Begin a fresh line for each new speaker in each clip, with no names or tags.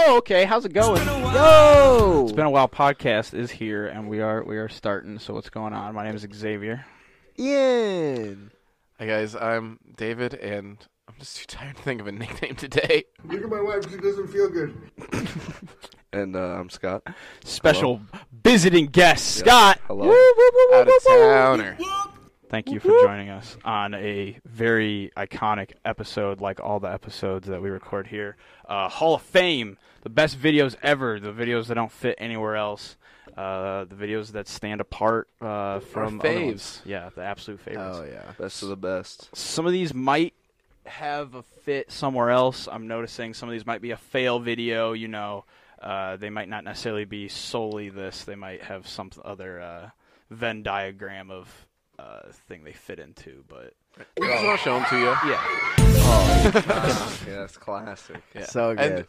Oh, okay. How's it going?
Yo!
It's been a while. Podcast is here, and we are we are starting. So what's going on? My name is Xavier.
Ian!
Hi guys, I'm David, and I'm just too tired to think of a nickname today.
Look at my wife. She doesn't feel good.
And uh, I'm Scott.
Special visiting guest Scott.
Hello.
Out of towner.
Thank you for joining us on a very iconic episode, like all the episodes that we record here. Uh, Hall of Fame, the best videos ever, the videos that don't fit anywhere else, uh, the videos that stand apart uh, from other
faves.
ones. Yeah, the absolute favorites.
yeah.
Best of the best.
Some of these might have a fit somewhere else. I'm noticing some of these might be a fail video. You know, uh, they might not necessarily be solely this. They might have some other uh, Venn diagram of uh, thing they fit into. But
We just want to show them to you.
yeah,
Yeah, that's classic.
Yeah.
So
And
good.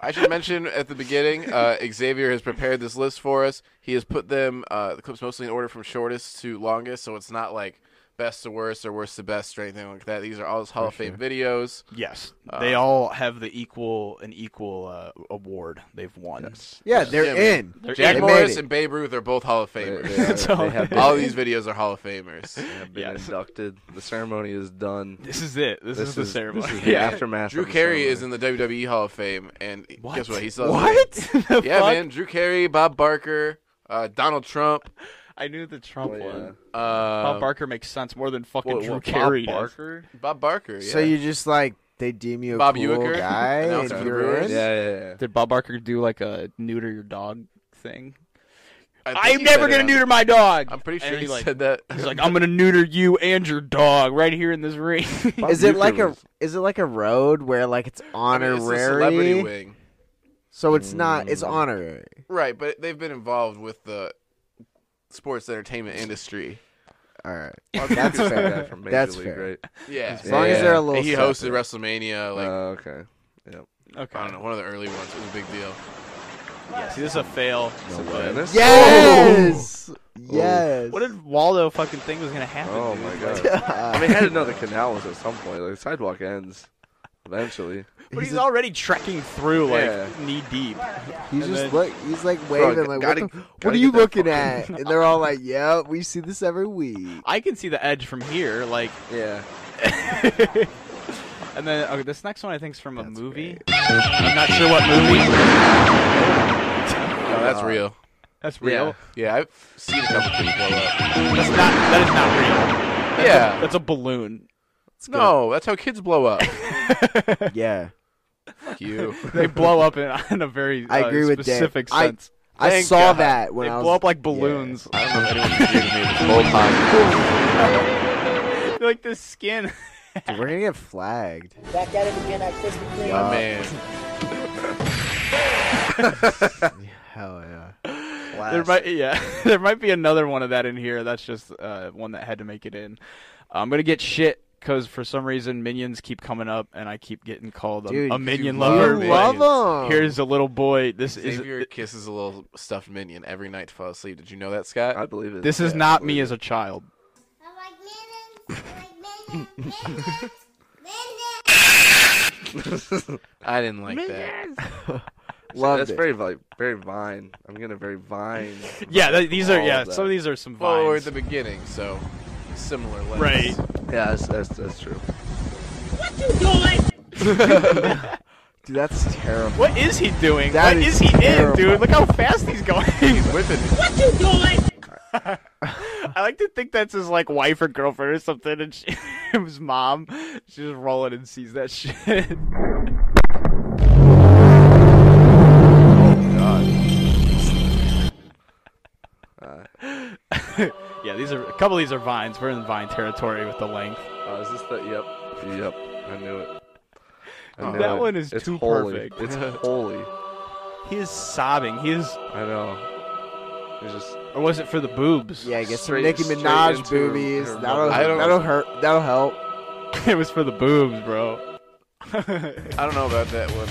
I should mention at the beginning, uh, Xavier has prepared this list for us. He has put them uh, the clips mostly in order from shortest to longest, so it's not like best to worst or worst to best or anything like that. These are all his Hall of Fame videos. Uh,
yes, they all have the equal an equal uh, award they've won.
Yeah, they're
Yeah, man.
in.
They're
Jack
in. They made
Morris
it.
and Babe Ruth are both Hall of
They,
Famers.
they are-
So-
they have been,
all these videos are Hall of Famers.
have been
Yes.
inducted. The ceremony is done.
This is it. This, is the ceremony.
This is the
yeah.
aftermath.
Drew
of the
Carey
ceremony.
is in the WWE Hall of Fame, and guess what? He's
What? The
Yeah,
fuck?
man. Drew Carey, Bob Barker, uh, Donald Trump.
I knew the Trump
Oh, yeah.
one. Bob
Uh,
Barker makes sense more than fucking
What,
Drew
what, Bob
Carey. does.
Barker?
Bob Barker. Yeah.
So you just like, they deem you a
Bob
cool
Uecker,
guy, and
announcer for the
you're
Brewers.
in?
Yeah, yeah, yeah.
Did Bob Barker do like a neuter your dog thing?
I think
I'm
he
never
said it
gonna
on-
neuter my dog.
I'm pretty
And
sure
he,
he
like,
said that.
He's like, I'm gonna neuter you and your dog right here in this ring.
Is it like a is it like a road where like it's
I mean, it's a
honorary?
celebrity wing,
so it's not it's honorary.
right? But they've been involved with the sports entertainment industry.
All right.
That's fair. From Major
That's
League,
fair.
right?
Yeah,
As long as
Yeah.
they're a little
he hosted
separate.
WrestleMania. Like
Oh, okay.
okay.
I don't know, one of the early ones. It was a big deal.
See, this is a fail. Oh!
Dennis?
Yes. Oh. Yes.
What did Waldo fucking think was gonna happen?
Oh
dude?
my god. I mean, I had to know the canal was at some point. Like, the sidewalk ends eventually.
But he's, already trekking through like
Yeah.
knee deep.
He's
And
just
then-
look. He's like waving.
g-
like,
gotta-
what, the,
gotta
what are
get
you
that
looking
fucking-
at? And they're all like, "Yep, we see this every week."
I can see the edge from here, like,
Yeah.
and then okay, this next one I think is from a movie. I'm not sure what movie.
No, that's real.
That's real.
Yeah.
Yeah, I've seen a couple people blow up.
That's not. That is not real.
Yeah,
That's a balloon.
no, that's how kids blow up.
Yeah,
Fuck you.
They blow up in, in a very
I
uh,
agree with Dave.
specific
I-
sense.
I
Thank
saw
God.
that when
They
I was
blow up like balloons.
I don't know if anyone's agreed with me this whole time.
like the skin.
Yeah. We're gonna get flagged.
Back at it again at Krispy Kreme.
Oh,
My man.
Hell yeah.
there might yeah, there might be another one of that in here. That's just uh, one that had to make it in. I'm gonna get shit because for some reason minions keep coming up and I keep getting called a,
Dude,
a minion
you
lover.
you
Minions.
but
love him.
Here's a little boy. This
Xavier
is
kisses a little stuffed minion every night to fall asleep. Did you know that, Scott?
I believe it.
this is
Yeah, I
not
believe
me
it.
as a child.
I like melons. I like melons. Melons. Melons.
I didn't like that.
Loved
That's
it.
very like very vine. I'm gonna very vine.
Yeah, th- these are
All
yeah.
of that.
Some of these are some
Well, we're at
vines.
the beginning, so similar. Levels.
Right.
Yeah, that's that's, that's true.
Dude, that's terrible.
What is he doing?
That
what
is
is he
terrible.
in, dude? Look how fast he's going.
With it,
I like to think that's his like wife or girlfriend or something, and she, his mom. She's just rolling and sees that shit.
Oh,
yeah, these are a couple of these are vines. We're in vine territory with the length.
Oh, is this the? Yep, yep. I knew it. I
Oh.
knew
That
it.
one is
it's
too
holy.
perfect.
It's holy.
He is sobbing. He is,
I know. It's just
or was it for the boobs?
Yeah, get some
Straight-
Nicki
straight
Minaj
into her-
boobies.
her
that'll
mother.
I don't-
that'll hurt. That'll help.
it was for the boobs, bro. We're
I don't know about that one.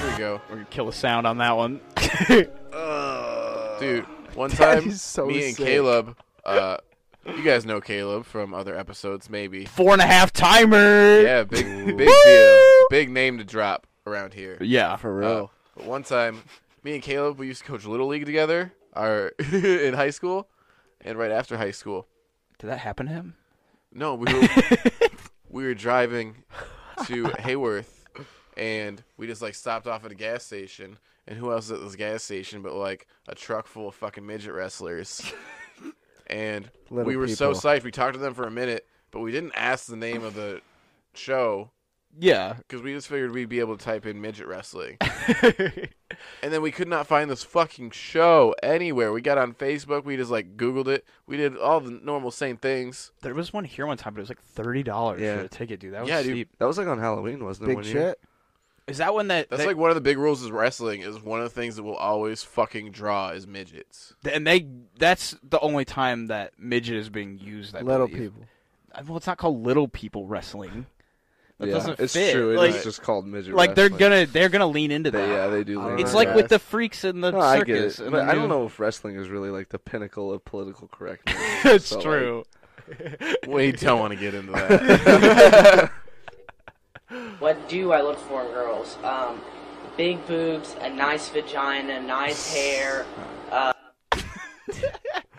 Here we go,
gonna kill the sound on that one.
Uh.
dude. One
That
time,
is so
me and
sick.
Caleb. Uh, you guys know Caleb from other episodes, maybe.
Four and a half timer.
Yeah, big, big deal, big name to drop around here.
Yeah.
For
Uh,
real.
But one time, me and Caleb, we used to coach Little League together our, in high school and right after high school.
Did that happen to him?
No, we were, we were driving to Hayworth, and we just like stopped off at a gas station. And who else is at this gas station but like a truck full of fucking midget wrestlers? and
Little
we were so
people.
psyched. We talked to them for a minute, but we didn't ask the name of the show
Yeah.
because we just figured we'd be able to type in midget wrestling. And then we could not find this fucking show anywhere. We got on Facebook. We just like Googled it. We did all the normal same things.
there was one here one time, but it was like thirty dollars
Yeah.
for a ticket, dude. That was
Yeah, dude.
steep.
That was like on Halloween, wasn't it?
Big
one year?
shit.
Is that one that?
That's
they-
like one of the big rules of wrestling is one of the things that will always fucking draw is midgets.
and they. That's the only time that midget is being used. I
Little
believe.
people.
Uh, Well, it's not called little people wrestling. That
yeah,
doesn't
it's
fit.
true. It
like,
is just called midget.
like they're
wrestling.
gonna they're gonna lean into that.
They, yeah, they do.
I
lean
don't
It's
on
like
that.
with the freaks in the
No, I get it,
circus. and
but
the
I don't
new-
know if wrestling is really like the pinnacle of political correctness.
it's
So, like,
true.
We don't want to get into that.
What do I look for in girls? Um, big boobs, a nice vagina, nice hair. uh,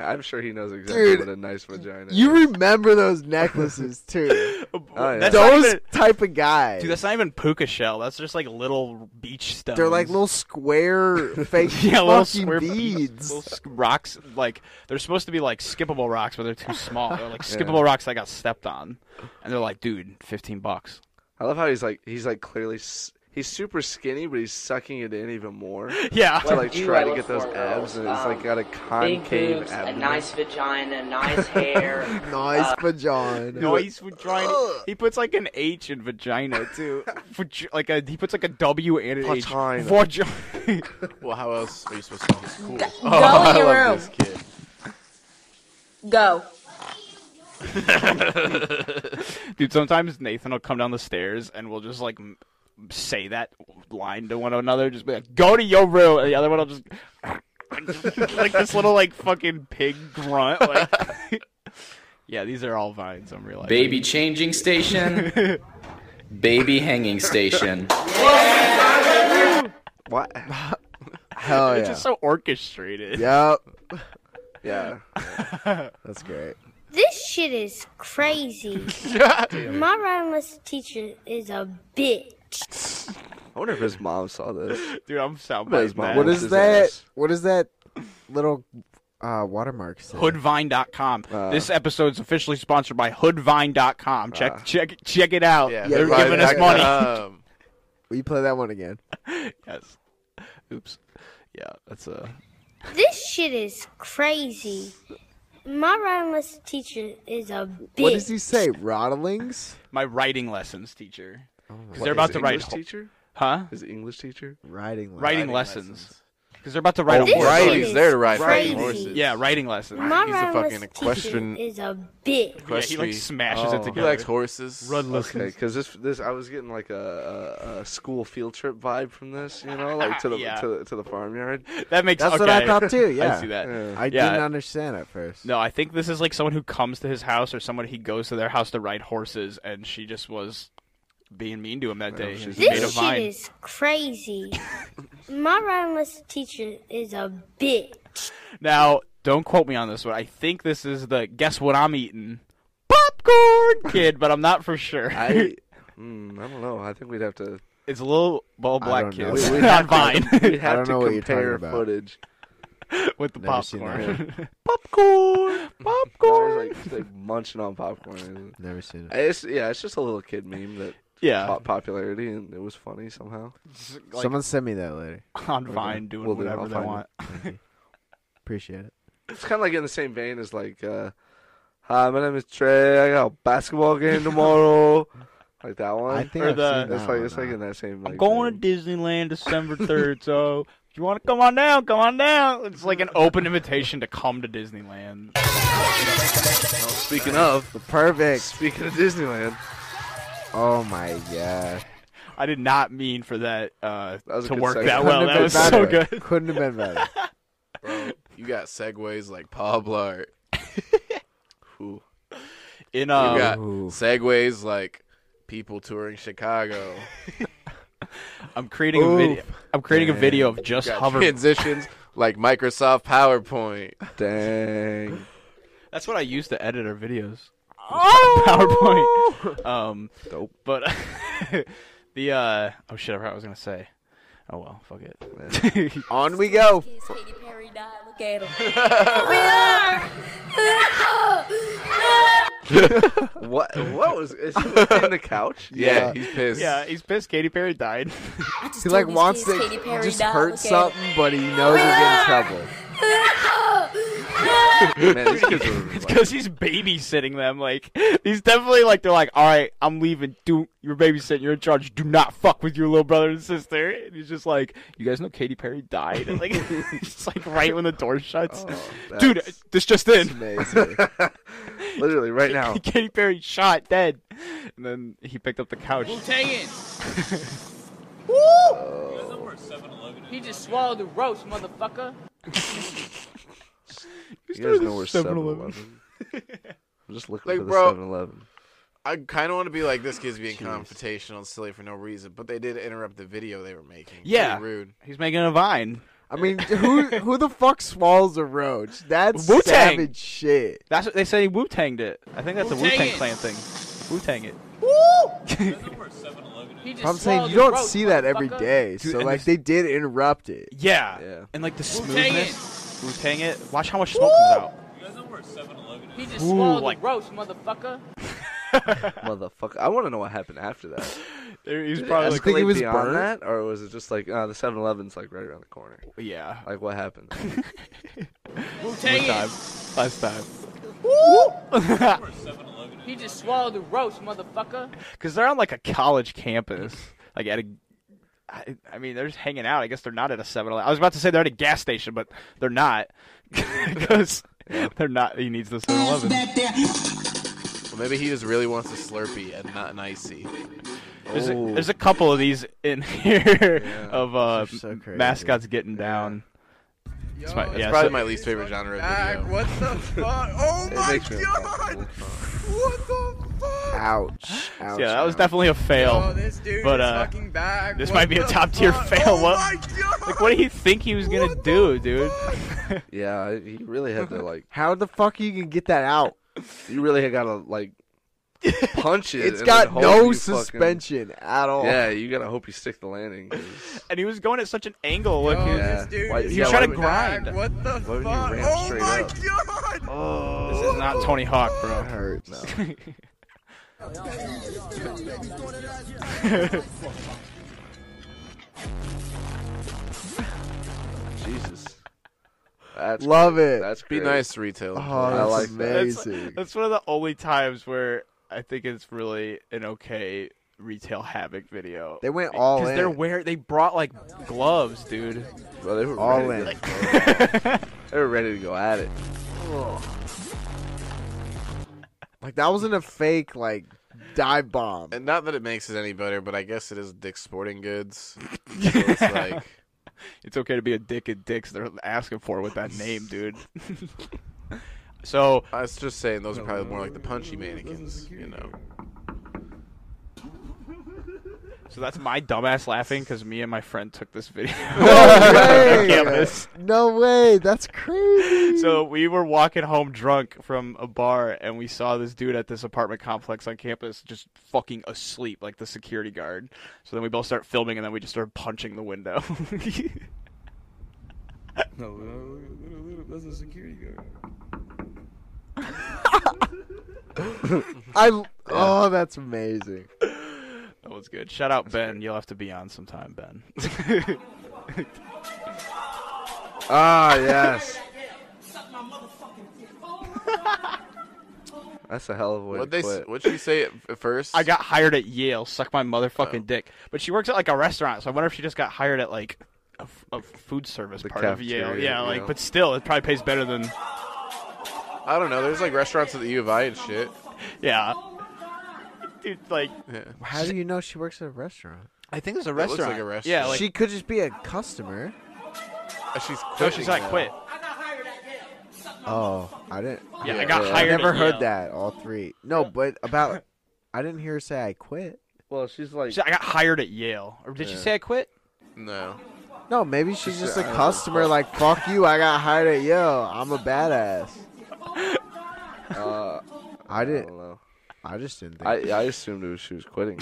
I'm sure he knows exactly
Dude,
what a nice vagina.
You
is.
remember those necklaces too.
Oh, yeah.
That's not
those
even-
type of guys.
Dude, that's not even puka shell. That's just like little beach stuff.
They're like little square fake
yeah, little
fucking
square
beads.
little sk- rocks. Like they're supposed to be like skippable rocks, but they're too small. They're like skippable rocks that got stepped on, and they're like, dude, fifteen bucks.
I love how he's like he's like clearly s- he's super skinny, but he's sucking it in even more to
Yeah,
What
like
do
try
I
to
look
get those
for in
abs,
girls?
and it's like
Um,
got a
Big
concave
boobs, a
abdomen.
nice vagina, nice hair.
nice vagina.
no, he's vagina. He puts like an H in vagina too. Vag- like a he puts like a W and an
Vagina.
H. Vagina.
well, how else are you supposed to call this cool?
Go
Oh, I
in your
love
room.
this kid.
Go.
Dude, sometimes Nathan will come down the stairs and we'll just like m- say that line to one another. Just be like, "Go to your room," and the other one will just like this little like fucking pig grunt. Like, yeah, these are all vines. I'm realizing.
Baby changing station. Baby hanging station.
What?
Hell
it's
yeah.
just so orchestrated.
Yep.
Yeah.
That's great.
This shit is crazy. My rhyme lesson teacher is a bitch.
I wonder if his mom saw this.
dude, I'm sound
But his mom-
bad.
What
That's
is
his
that?
ass.
What is that little uh, watermark? say?
Hoodvine.com.
Uh.
this episode's officially sponsored by Hoodvine.com. Check
Uh.
check check it out.
Yeah,
They're
right,
giving us
I-
money.
Um,
Will you play that one again?
yes. Oops. Yeah, that's uh, a.
This shit is crazy. My rhyme lesson teacher is a bitch.
What does he say? Rodlings?
my writing lessons teacher. Because
What,
they're about
his
to write,
English
ho-
teacher.
huh?
His English teacher.
Riding. lessons.
Writing,
Riding
lessons.
lessons.
Because they're about to write a
This
horse.
shit
Riding's
is
there to ride
crazy.
fucking horses.
Yeah, writing lessons.
My
He's a
rhyme
fucking
lesson
equestrian-
teacher is a bitch.
Yeah, he like
Equestri-
smashes
Oh.
it
He
He
together.
likes horses.
Run
Okay,
lessons.
because this this I was getting like a, a, a school field trip vibe from this, you know, like to the
Yeah.
to, to the farmyard.
That makes
That's
okay.
what I thought too. Yeah.
I see that.
Yeah.
I
Yeah.
didn't understand at first.
No, I think this is like someone who comes to his house or someone he goes to their house to ride horses, and she just was being mean to him that day. and
she's a
made a
This shit
vine.
is crazy. My rhyme lesson teacher is a bitch.
Now, don't quote me on this one. I think this is the guess what I'm eating popcorn kid, but I'm not for sure.
I mm, I don't know. I think we'd have to
it's a little bald black
don't
kid
know.
we,
We-
we'd
on
have
Vine.
To, we'd have
don't
to
know what you're talking
compare
about.
footage.
with the
Never seen
popcorn. popcorn,
Guys,
popcorn.
like, just, like munching on popcorn.
Never seen it.
It's yeah, it's just a little kid meme that
yeah,
caught popularity and it was funny somehow.
like-
Someone send me that later.
on Vine doing
We'll do it.
whatever
I'll
they
find
want.
Appreciate it.
It's kind of like in the same vein as like, uh, "Hi, my name is Trey. I got a basketball game tomorrow." like that one.
I think
Or
I've
the-
seen
it's
that
like
one,
it's like
uh,
in that same.
I'm
like,
going
vein.
to Disneyland December third, so if you want to come on down, come on down. It's like an open invitation to come to Disneyland.
Speaking of,
the perfect.
speaking of Disneyland,
Oh my god.
I did not mean for that, uh,
That was a
to
good
work
segue.
that
Couldn't
well. That
Couldn't have been
was so
better.
good.
Couldn't have been better.
You got segues like Paul Blart.
Ooh.
In
You
um,
got
Ooh.
segues like people touring Chicago.
I'm creating a video. I'm creating a video of just
Got
hover.
transitions like Microsoft PowerPoint.
Dang.
That's what I use to edit our videos. Oh! PowerPoint. Um,
Dope.
But the uh, oh shit, I forgot what I was gonna say. Oh well, fuck it.
On we go.
Katy Perry died. Look at him.
What? What was? Is he in the couch?
Yeah, he's pissed.
yeah, he's pissed. Katy Perry died.
I just
He like
told these
wants
kids
to
Katy Perry
just
died.
hurt
Look at
something, but he knows he'll get in trouble.
Man, these kids are
it's because he's babysitting them. Like he's definitely like they're like, all right, I'm leaving. Do you're babysitting. You're in charge. Do not fuck with your little brother and sister. And he's just like, you guys know Katy Perry died. And like it's like right when the door shuts.
him.
Dude,
Oh, That's
this just in.
amazing. Literally, right now.
Katy Perry shot dead. And then he picked up the couch.
He just swallowed the roast, motherfucker.
You guys know where 7-Eleven. I'm just looking
Like,
for the
bro.
7-Eleven.
I kind of want to be like this kid's being confrontational and silly for no reason, but they did interrupt the video they were making.
Yeah.
Pretty rude.
He's making a vine.
I mean, who who the fuck swallows a roach? That's
Wu-Tang.
savage shit.
That's what they say. He Wu Tanged it. I think that's a Wu Tang Clan thing. Wu Tang it.
He just
I'm saying
swallowed
you
the
don't
roast,
see that every
motherfucker.
day.
Dude,
So
and
like
this-
they did interrupt it.
Yeah.
Yeah.
And like the
Wu-Tang it.
smoothness. Wu Tang it. Watch how much smoke comes out.
He just
Ooh,
swallowed
like-
the roast, motherfucker.
Motherfucker. I want to know what happened after that.
There- He's
Did
probably
it
like,
think he
escalate
was
beyond
burnt?
that, or was it just like uh, the 7-Eleven's like right around the corner?
yeah.
Like what happened?
One time. Last time.
He just swallowed the roast, motherfucker.
Because they're on like a college campus. Like at a. I, I mean, they're just hanging out. I guess they're not at a 7 Eleven. I was about to say they're at a gas station, but they're not. Because they're not. He needs the 7 Eleven.
Well, maybe he just really wants a Slurpee and not an icy.
There's a,
Oh.
there's a couple of these in here of uh,
These are so crazy.
mascots getting down. It's my,
That's
yeah,
probably
so-
my least favorite genre of video.
Ah, What the fuck? Oh
It makes me uncomfortable.
What the fuck?
Ouch. Ouch.
yeah, that was
ouch.
definitely a fail.
this dude
But, uh,
back.
this might be a top tier fail. What-
Oh god!
Like, what do you think he was gonna do, dude?
Yeah, he really had to like.
How the fuck you can get that out?
You really had gotta like punch it.
It's
and
got
then hope
no
you
suspension at all.
Fucking, yeah, you gotta hope you stick the landing. 'cause-
and he was going at such an angle. Like, he was-
yeah. Why-
he
yeah,
was
why
trying to
would-
grind.
What the
Why
fuck?
wouldn't you ramp
Oh
straight
my
up?
god!
This is not Tony Hawk, bro.
hurt. No. Jesus. That's
Love it.
That's
Be
great.
nice to retail.
oh, that's
I like that.
That's,
amazing.
that's one of the only times where I think it's really an okay retail havoc video.
They went all
Because
in.
they're wearing, they brought like gloves, dude.
Bro, they were
All
ready to
in.
go. they were ready to go at it.
like that wasn't a fake like dive bomb.
And not that it makes it any better, but I guess it is Dick's Sporting Goods. So it's like
It's okay to be a dick and dicks. They're asking for with that name, dude. so
I was just saying those are probably more like the punchy mannequins, you know.
So that's my dumbass laughing because me and my friend took this video
way.
on campus.
No way. That's crazy.
So we were walking home drunk from a bar, and we saw this dude at this apartment complex on campus just fucking asleep, like the security guard. So then we both start filming, and then we just started punching the window.
No, that's a security guard.
I oh, that's amazing.
that was good. Shout out Ben. You'll have to be on sometime, Ben.
Ah, yes. That's a hell of a way
What
to
they
quit.
what you say at at first?
I got hired at Yale. Suck my motherfucking dick. But she works at like a restaurant, so I wonder if she just got hired at like a, f- a food service part of Yale.
cafeteria,
Yeah,
you
like,
know.
but still, it probably pays better than.
I don't know. There's like restaurants at the U of I and shit.
Yeah. Dude, like
How do you know she works at a restaurant?
I think there's a
looks like a
Yeah,
restaurant.
like
she could just be a customer.
Uh, She's quitting.
no, she's like
now.
quit.
Oh, I didn't.
Yeah, I
Yeah,
got
yeah.
hired.
I never
at
heard
Yale.
that. All three. No, but about. I didn't hear her say I quit.
Well, she's like.
She- I got hired at Yale. Or did she
Yeah.
say I quit?
No.
No, maybe she's just a
Yeah.
customer. Like, fuck you. I got hired at yo. I'm a badass.
Uh,
I didn't.
don't know.
I just didn't.
I I assumed it was, she was quitting.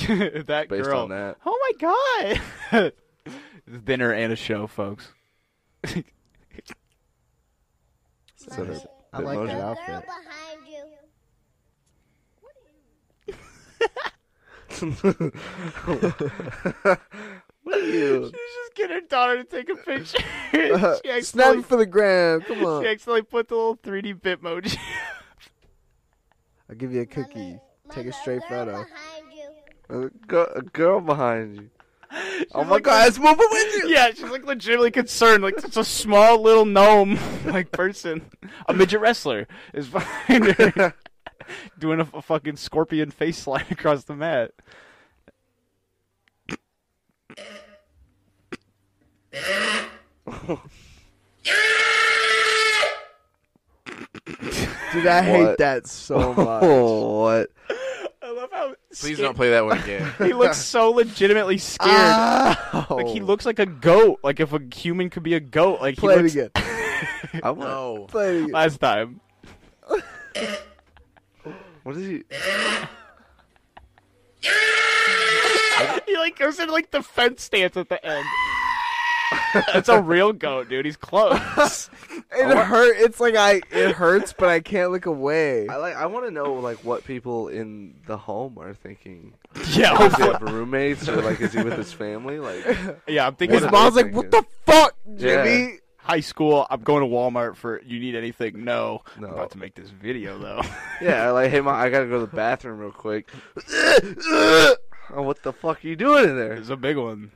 that
based
girl.
on that.
Oh my god. Dinner and a show, folks.
So did-
I
did
like
Mojo-
that outfit.
behind you.
what are you?
She's just getting her daughter to take a picture. she
Snap
accidentally,
it for the gram. Come on.
she accidentally put the little 3D bitmoji.
I'll give you a cookie. Take a straight photo.
A, girl, a girl behind you. oh my
like
god, it's moving with you!
yeah, she's like legitimately concerned. Like it's a small little gnome like person. A midget wrestler is behind her doing a, a fucking scorpion face slide across the mat.
Dude, I hate
What?
that so much.
Oh, what?
I love how
Please don't play that one again.
he looks so legitimately scared. Like he looks like a goat. Like if a human could be a goat, like he
Play
looks
it again.
I want,
No.
Play it again.
last time.
What is he?
he like goes in like the fence stance at the end. That's a real goat, dude. He's close.
It hurt. It's like I. It hurts, but I can't look away.
I like. I want to know like what people in the home are thinking.
yeah,
Does he
hopefully-
have roommates or like is he with his family? Like,
yeah. I'm thinking
His
What are
mom's
they
like, "What the fuck,
Yeah.
Jimmy?"
high school. I'm going to Walmart for you need anything? No.
No.
I'm about to make this video though.
yeah, like hey, mom, I gotta go to the bathroom real quick. oh, what the fuck are you doing in there?
it's a big one.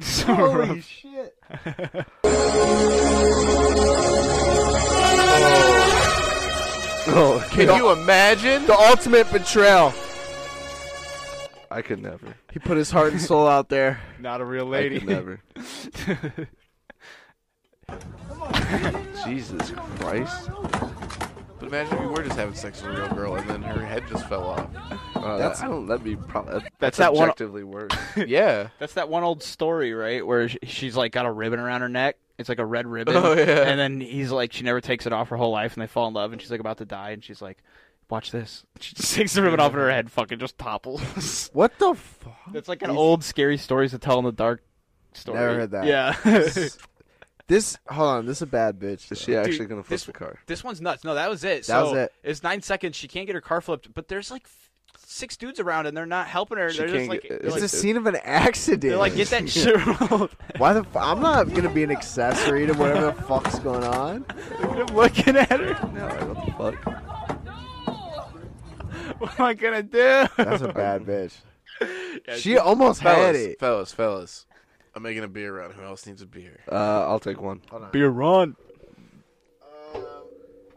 So rough.
Holy shit!
Oh,
Can you imagine?
The ultimate betrayal.
I could never.
He put his heart and soul out there.
Not a real
I
lady.
could never. Jesus Christ!
But imagine if we were just having sex with a real girl and then her head just fell off.
Uh,
That's-
that's I don't. That'd be probably.
That's
That's,
that one-
objectively worse.
Yeah.
That's that one old story, right? Where sh- she's like got a ribbon around her neck. It's like a red ribbon.
Oh, yeah.
And then he's like, she never takes it off her whole life, and they fall in love, and she's like about to die, and she's like, watch this. She just takes the ribbon off and her head, fucking just topples.
What the fuck?
That's like an old scary stories to tell in the dark story.
Never heard that.
Yeah.
This hold on. This is a bad bitch.
Is
though.
she actually gonna flip
this-
the car?
This one's nuts. No, that was it.
That
so
was it.
It's nine seconds. She can't get her car flipped, but there's like f- six dudes around, and they're not helping her.
She
they're just
can't
like,
get- uh,
they're
It's
like,
the scene of an accident.
they're like, get that shit rolled.
Why the? F- I'm not gonna be an accessory to whatever the fuck's going on.
I'm looking at her.
No, like, what the fuck?
What am I gonna do?
That's a bad bitch.
Yeah,
She almost had
Fellas,
it.
fellas, fellas. I'm making a beer run. Who else needs a beer?
Uh, I'll take one. Um,
beer run.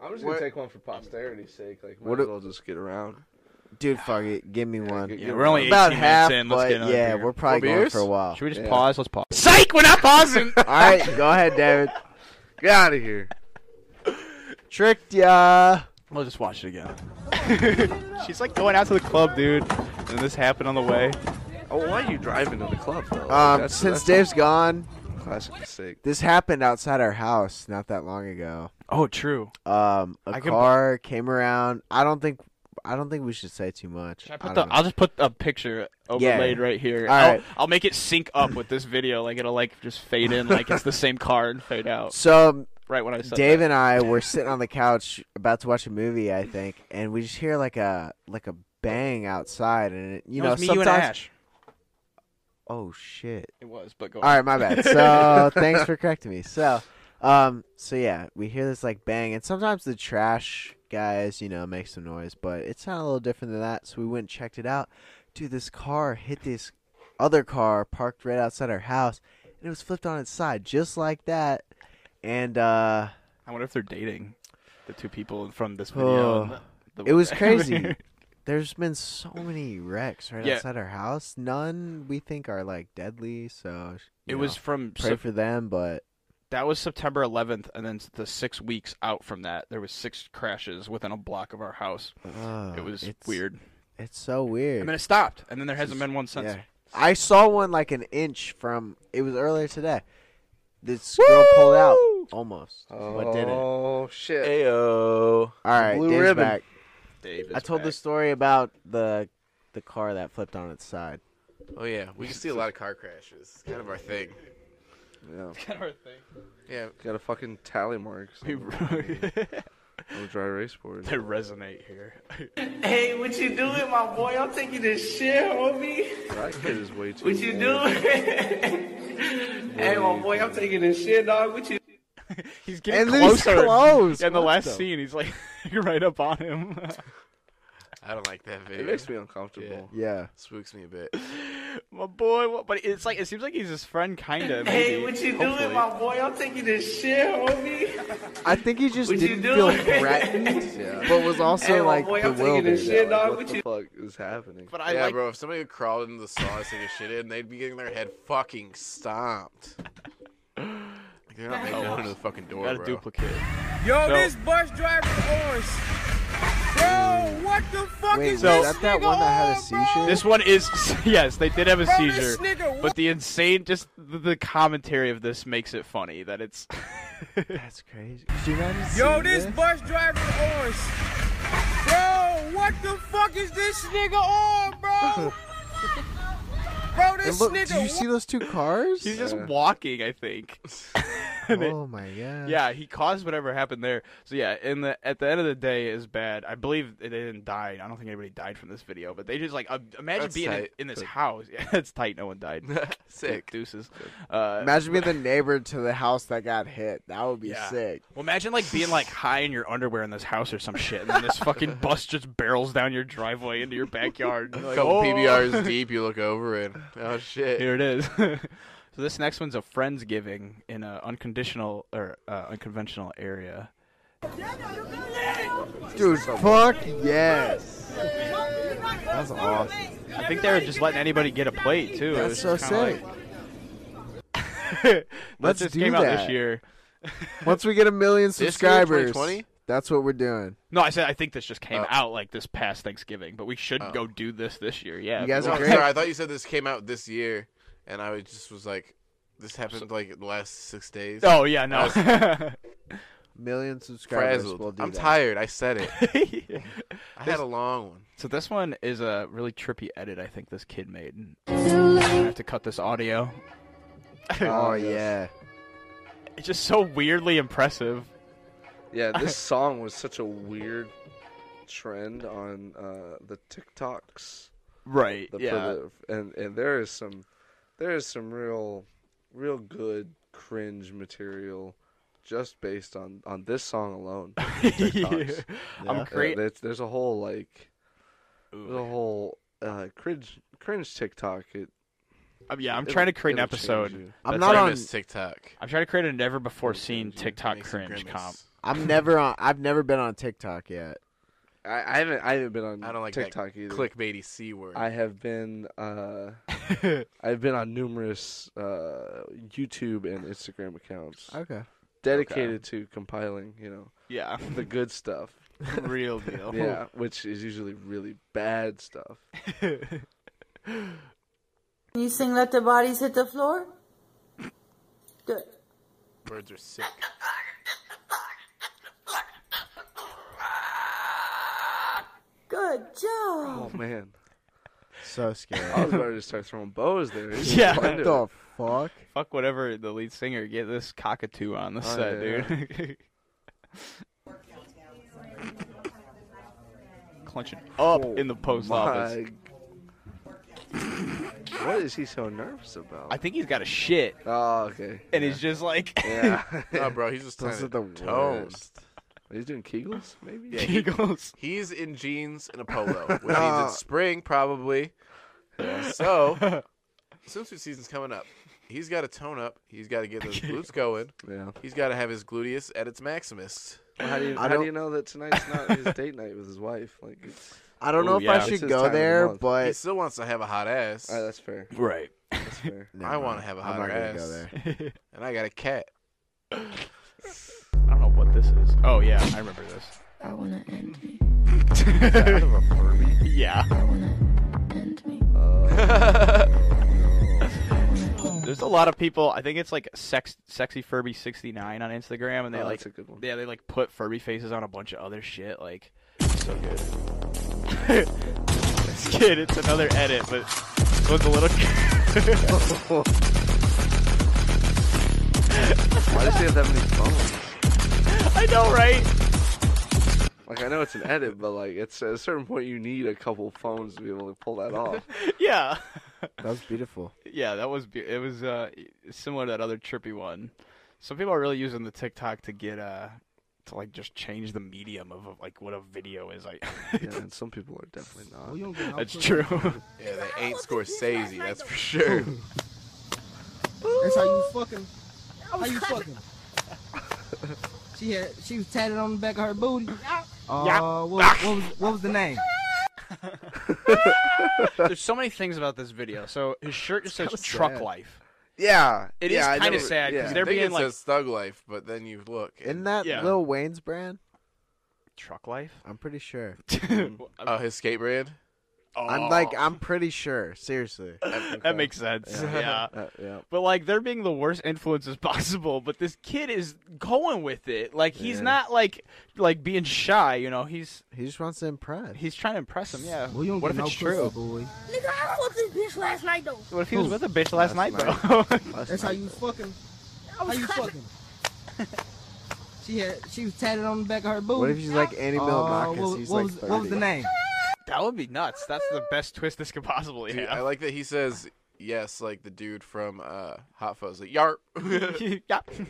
I'm just
gonna What-
take one for posterity's sake. Like,
What
what
might as
if
do-
we'll just get around?
Dude, fuck it. Give me one.
good-
Yeah, we're only 18
About
minutes
half,
in. Let's
but
get another
yeah,
beer.
we're probably
More
going
beers?
for a while.
Should we just
Yeah.
pause? Let's pause. Psych! We're not pausing.
All right, go ahead, David.
Get out of here.
Tricked ya.
we'll just watch it again. She's like going out to the club, dude, and this happened on the way.
Oh, why are you driving to the club though? Like,
Um,
Oh, that's-
since
that's
Dave's gone,
a classic mistake.
this happened outside our house not that long ago.
Oh, true.
Um, a
I can-
car came around. I don't think, I don't think we should say too much.
Should I put
I
the,
don't know.
I'll just put a picture overlaid right here. Oh,
All
I'll,
right.
I'll make it sync up with this video. Like it'll like just fade in, like it's the same car and fade out.
so um,
Right when I said
Dave
that.
and I were sitting on the couch about to watch a movie, I think, and we just hear like a like a bang outside, and it, you
It
know
was me, you,
sometimes.
and Ash.
Oh shit!
It was, but go.
All right, my bad. So thanks for correcting me. So, um, so yeah, we hear this like bang, and sometimes the trash guys, you know, make some noise, but it sounded a little different than that. So we went and checked it out. Dude, this car hit this other car parked right outside our house, and it was flipped on its side just like that. And uh,
I wonder if they're dating the two people from this video. and
Oh.
um, the- the-
it was crazy. There's been so many wrecks right
Yeah.
outside our house. None we think are like deadly, so
it
you
was
know,
from
pray
Sep-
for them. But
that was September 11th, and then the six weeks out from that, there was six crashes within a block of our house.
uh,
it was
it's-
weird.
It's so weird.
And then it stopped, and then there hasn't been one since.
Yeah. I saw one like an inch from. It was earlier today. This girl pulled out almost, but didn't.
Oh shit!
Ayo. All
right,
Blue
Dave's
ribbon.
back.
Dave
I told the story about the the car that flipped on its side.
Oh yeah, we can see a lot of car crashes. It's kind of our thing.
Yeah.
Yeah.
Got a fucking tally marks.
We-
on the dry race board.
They resonate here.
Hey, what you doing, my boy? I'm taking this shit, homie.
That kid is way too.
What you
old.
doing? hey, my boy, I'm taking this shit, dog. What you?
He's
getting And then he's closer. close.
In the
What
last
the-
scene, he's like right up on him.
I don't like that video.
It makes me uncomfortable.
Yeah.
Spooks me a bit.
My boy, what, but it's like it seems like he's his friend, kinda.
Hey,
maybe,
what you
hopefully.
doing, my boy? I'm taking this shit, homie.
I think he just
What you
didn't feel
doing?
threatened,
Yeah.
but was also
Hey, my
like
boy, I'm taking
bewildered.
this shit,
Like,
dog.
what
What
the
you?
fuck is happening?
But I
yeah,
like.
bro. If somebody would crawl into the saw and take a shit in, they'd be getting their head fucking stomped. Like, they're not making it under the fucking door,
Gotta
bro.
duplicate.
Yo,
this
bus driver's horse. Bro, what the fuck
Wait, was
So-
that that one that had a seizure?
This one is yes, they did have a
Bro, this
seizure,
nigga-
but the insane just the, the commentary of this makes it funny that it's.
That's crazy. Could you imagine
Yo,
seeing
this bus driver's horse. Bro, what the fuck is this nigga on, bro? Bro,
And
this
look,
nigga.
did you see those two cars?
He's just
Yeah.
walking, I think. And it-
oh my god.
yeah, he caused whatever happened there. So yeah, in the at the end of the day is bad. I believe they didn't die. I don't think anybody died from this video, but they just like uh, imagine
That's
being in,
tight.
in this house. Yeah, that's tight. No one died.
Sick.
deuces. Uh,
Imagine being the neighbor to the house that got hit. That would be
Yeah.
sick.
Well, imagine like being like high in your underwear in this house or some shit, and then this fucking bus just barrels down your driveway into your backyard. And you're
A
like,
couple
"Oh."
PBRs deep, you look over and oh shit.
Here it is. so this next one's a friendsgiving in an unconditional or uh, unconventional area.
Dude, fuck yes. That's awesome.
I think they were just letting anybody get a plate too. It
That's so
was kinda
sick.
like- that
Let's
just
do
came out this
that.
year.
Once we get a million
year,
subscribers,
2020?
that's what we're doing.
No, I said I think this just came
Oh.
out like this past Thanksgiving, but we should go do this this year. Yeah,
Oh. You guys
No,
are
I'm
because-
great.
sorry, I thought you said this came out this year, and I was- just was like, this happened like the last six days.
Oh yeah, no.
Million subscribers.
frazzled.
We'll do
I'm
that.
tired. I said it. I had a long one.
So this one is a really trippy edit I think this kid made. I have to cut this audio.
Oh yeah.
It's just so weirdly impressive.
Yeah, this song was such a weird trend on uh, the TikToks.
Right.
The, for
yeah.
the- and and there is some, there is some real, real good cringe material, just based on on this song alone. TikToks.
I'm
Yeah.
Great.
great.
There's, there's a whole like, there's a whole uh, cringe cringe TikTok. It,
I'm- Um, yeah, I'm
it'll-
trying to create an
it'll change
episode.
you.
I'm
That's
not
like-
on.
Grimace TikTok.
I'm trying to create a never before seen TikTok
Makes a
cringe
grimace.
comp.
I'm never on. I've never been on TikTok yet.
I, I haven't I haven't been on
I don't like
TikTok
that
either.
clickbaity c word.
I have been uh, I've been on numerous uh, YouTube and Instagram accounts
Okay.
dedicated to compiling, you know,
Yeah.
the good stuff.
Real deal.
Yeah, which is usually really bad stuff.
You sing Let the Bodies Hit the Floor? Good.
Birds are sick.
Good job.
Oh man,
So scary.
I was about to start throwing bows there.
Yeah.
Find
what the
it.
fuck?
Fuck whatever the lead singer. Get this cockatoo on the
Oh,
set,
yeah.
dude. Clenching up
Oh
in the post office.
My- What is he so nervous about?
I think he's got a shit,
Oh, okay.
and he's just like
Yeah.
no, bro, he's just
Those
kind
are
of
the
toast.
worst.
He's doing Kegels, maybe.
Yeah, he-
giggles.
He's in jeans and a polo, which means it's spring probably. So, swimsuit season's coming up. He's got to tone up. He's got to get those glutes going.
Yeah.
He's got to have his gluteus at its maximus.
Well, how do you
I
how do
don't-
you know that tonight's not his date night with his wife? Like, Oh, it's,
I don't
Ooh,
know if
yeah.
I
This
should
is
go
time of the
there,
month.
He
but
still wants to have a hot ass,
Alright, that's fair.
Right.
That's fair.
Never
I wanna
mind.
have a
I'm not
hotter
gonna
ass.
Go there.
and I got a cat.
I don't know what this is. Oh yeah, I remember this.
I want to end.
Is that out of a Furby? yeah. There's a lot of people. I think it's like sex, sexy Furby 69 on Instagram, and they
Oh,
like
that's a good one.
yeah, they like put Furby faces on a bunch of other shit. Like, it's so good. this kid, it's another edit, but with a little.
Why does he have that many phones?
I know, right?
Like I know it's an edit, but like it's at a certain point you need a couple phones to be able to pull that off.
yeah,
That was beautiful.
yeah, that was be- it. Was uh, similar to that other trippy one. Some people are really using the TikTok to get uh to like just change the medium of, of, like what a video is. Like,
Yeah, and some people are definitely not.
that's true.
Yeah, they ain't Scorsese, that's for sure.
That's how you fucking. How you fucking? She had she was tatted on the back of her booty. Uh, What, what was what was the name?
There's so many things about this video. So his shirt just says
kinda
"Truck
sad.
Life."
Yeah,
It
it
is
is
kinda sad, 'cause they're
I think
being,
it
like-
says thug life, but then you look.
Isn't that
Yeah.
Lil Wayne's brand?
Truck Life.
I'm pretty sure.
Mm-hmm.
Oh, his skate brand.
Oh,
I'm like, I'm pretty sure. Seriously.
that makes sense. Yeah.
Uh, yeah.
But like they're being the worst influences possible, but this kid is going with it. Like he's
Yeah.
not like like being shy, you know. He's
He just wants to impress.
he's trying to impress him, yeah.
Well, you don't
what if
get no
it's true?
pussy, boy.
Nigga, I fucked this bitch last night though.
What if he was with a bitch last, night,
Last
bro?
That's how you fucking.
I
How
was
you
clapping.
fucking? She had she was tatted on the back of her booty.
What if she's like Annie
Uh,
Milonakis?
what-
He's
what
like
was-
30.
What was the name?
that would be nuts. That's the best twist this could possibly
Dude, I
have.
like that he says yes, like the dude from uh, Hot Fuzz, like yarp.
yeah.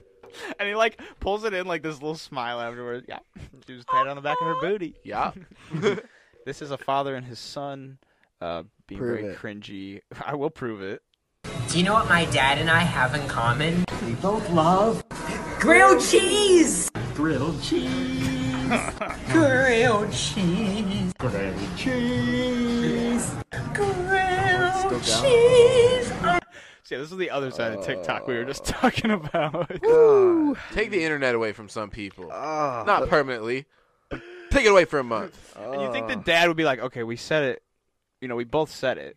And he like pulls it in like this little smile afterwards. Yeah. She was tied on the back of her booty.
yarp.
This is a father and his son uh being
Prove
very
it.
cringy. I will prove it.
Do you know what my dad and I have in common? We both love
Grilled cheese.
grilled cheese. grilled cheese. Grilled cheese. Grilled cheese.
So yeah, this is the other side of TikTok we were just talking about.
Oh. Take the internet away from some people,
Ah,
not permanently. Take it away for a month.
And you think the dad would be like, okay, we said it. You know, we both said it.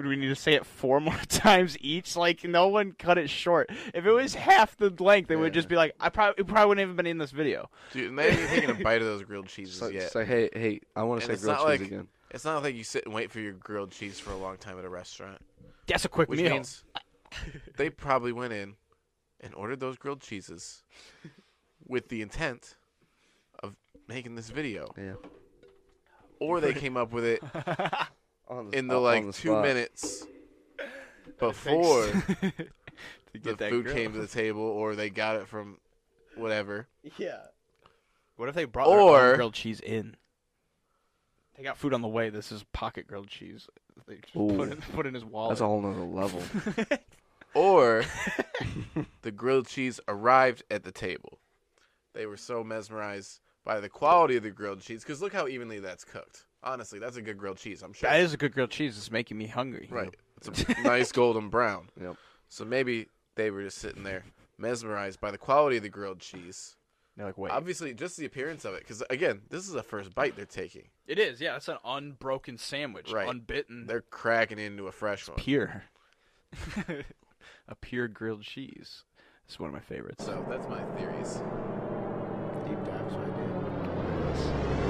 Do we need to say it four more times each? Like, no one cut it short. If it was half the length, they would just be like, I probably, it probably wouldn't have been in this video.
Dude, and they haven't even taken a bite of those grilled cheeses
So,
yet.
so hey, hey, I
And
want to say
it's
grilled
not like
cheese again.
it's not like you sit and wait for your grilled cheese for a long time at a restaurant,
That's a quick
which
meal.
means they probably went in and ordered those grilled cheeses with the intent of making this video,
Yeah.
or they came up with it
On
in the
on
like
the
two
spot.
minutes before
to
the
get that
food
grill.
came to the table, or they got it from whatever.
Yeah. What if they brought their
Or-
own grilled cheese in? They got food on the way. This is pocket grilled cheese. They just
Ooh.
put in, put in his wallet.
That's a whole nother level.
or the grilled cheese arrived at the table. They were so mesmerized by the quality of the grilled cheese because look how evenly that's cooked. Honestly, that's a good grilled cheese. I'm sure.
that is a good grilled cheese. It's making me hungry.
right. It's a nice golden brown.
Yep.
So maybe they were just sitting there mesmerized by the quality of the grilled cheese.
They're like, wait.
Obviously, just the appearance of it because again, this is the first bite they're taking.
It is, yeah. It's an unbroken sandwich,
Right.
unbitten,
They're cracking into a fresh one.
pure, a pure grilled cheese. It's one of my favorites.
So that's my theories.
Deep dives, my dude.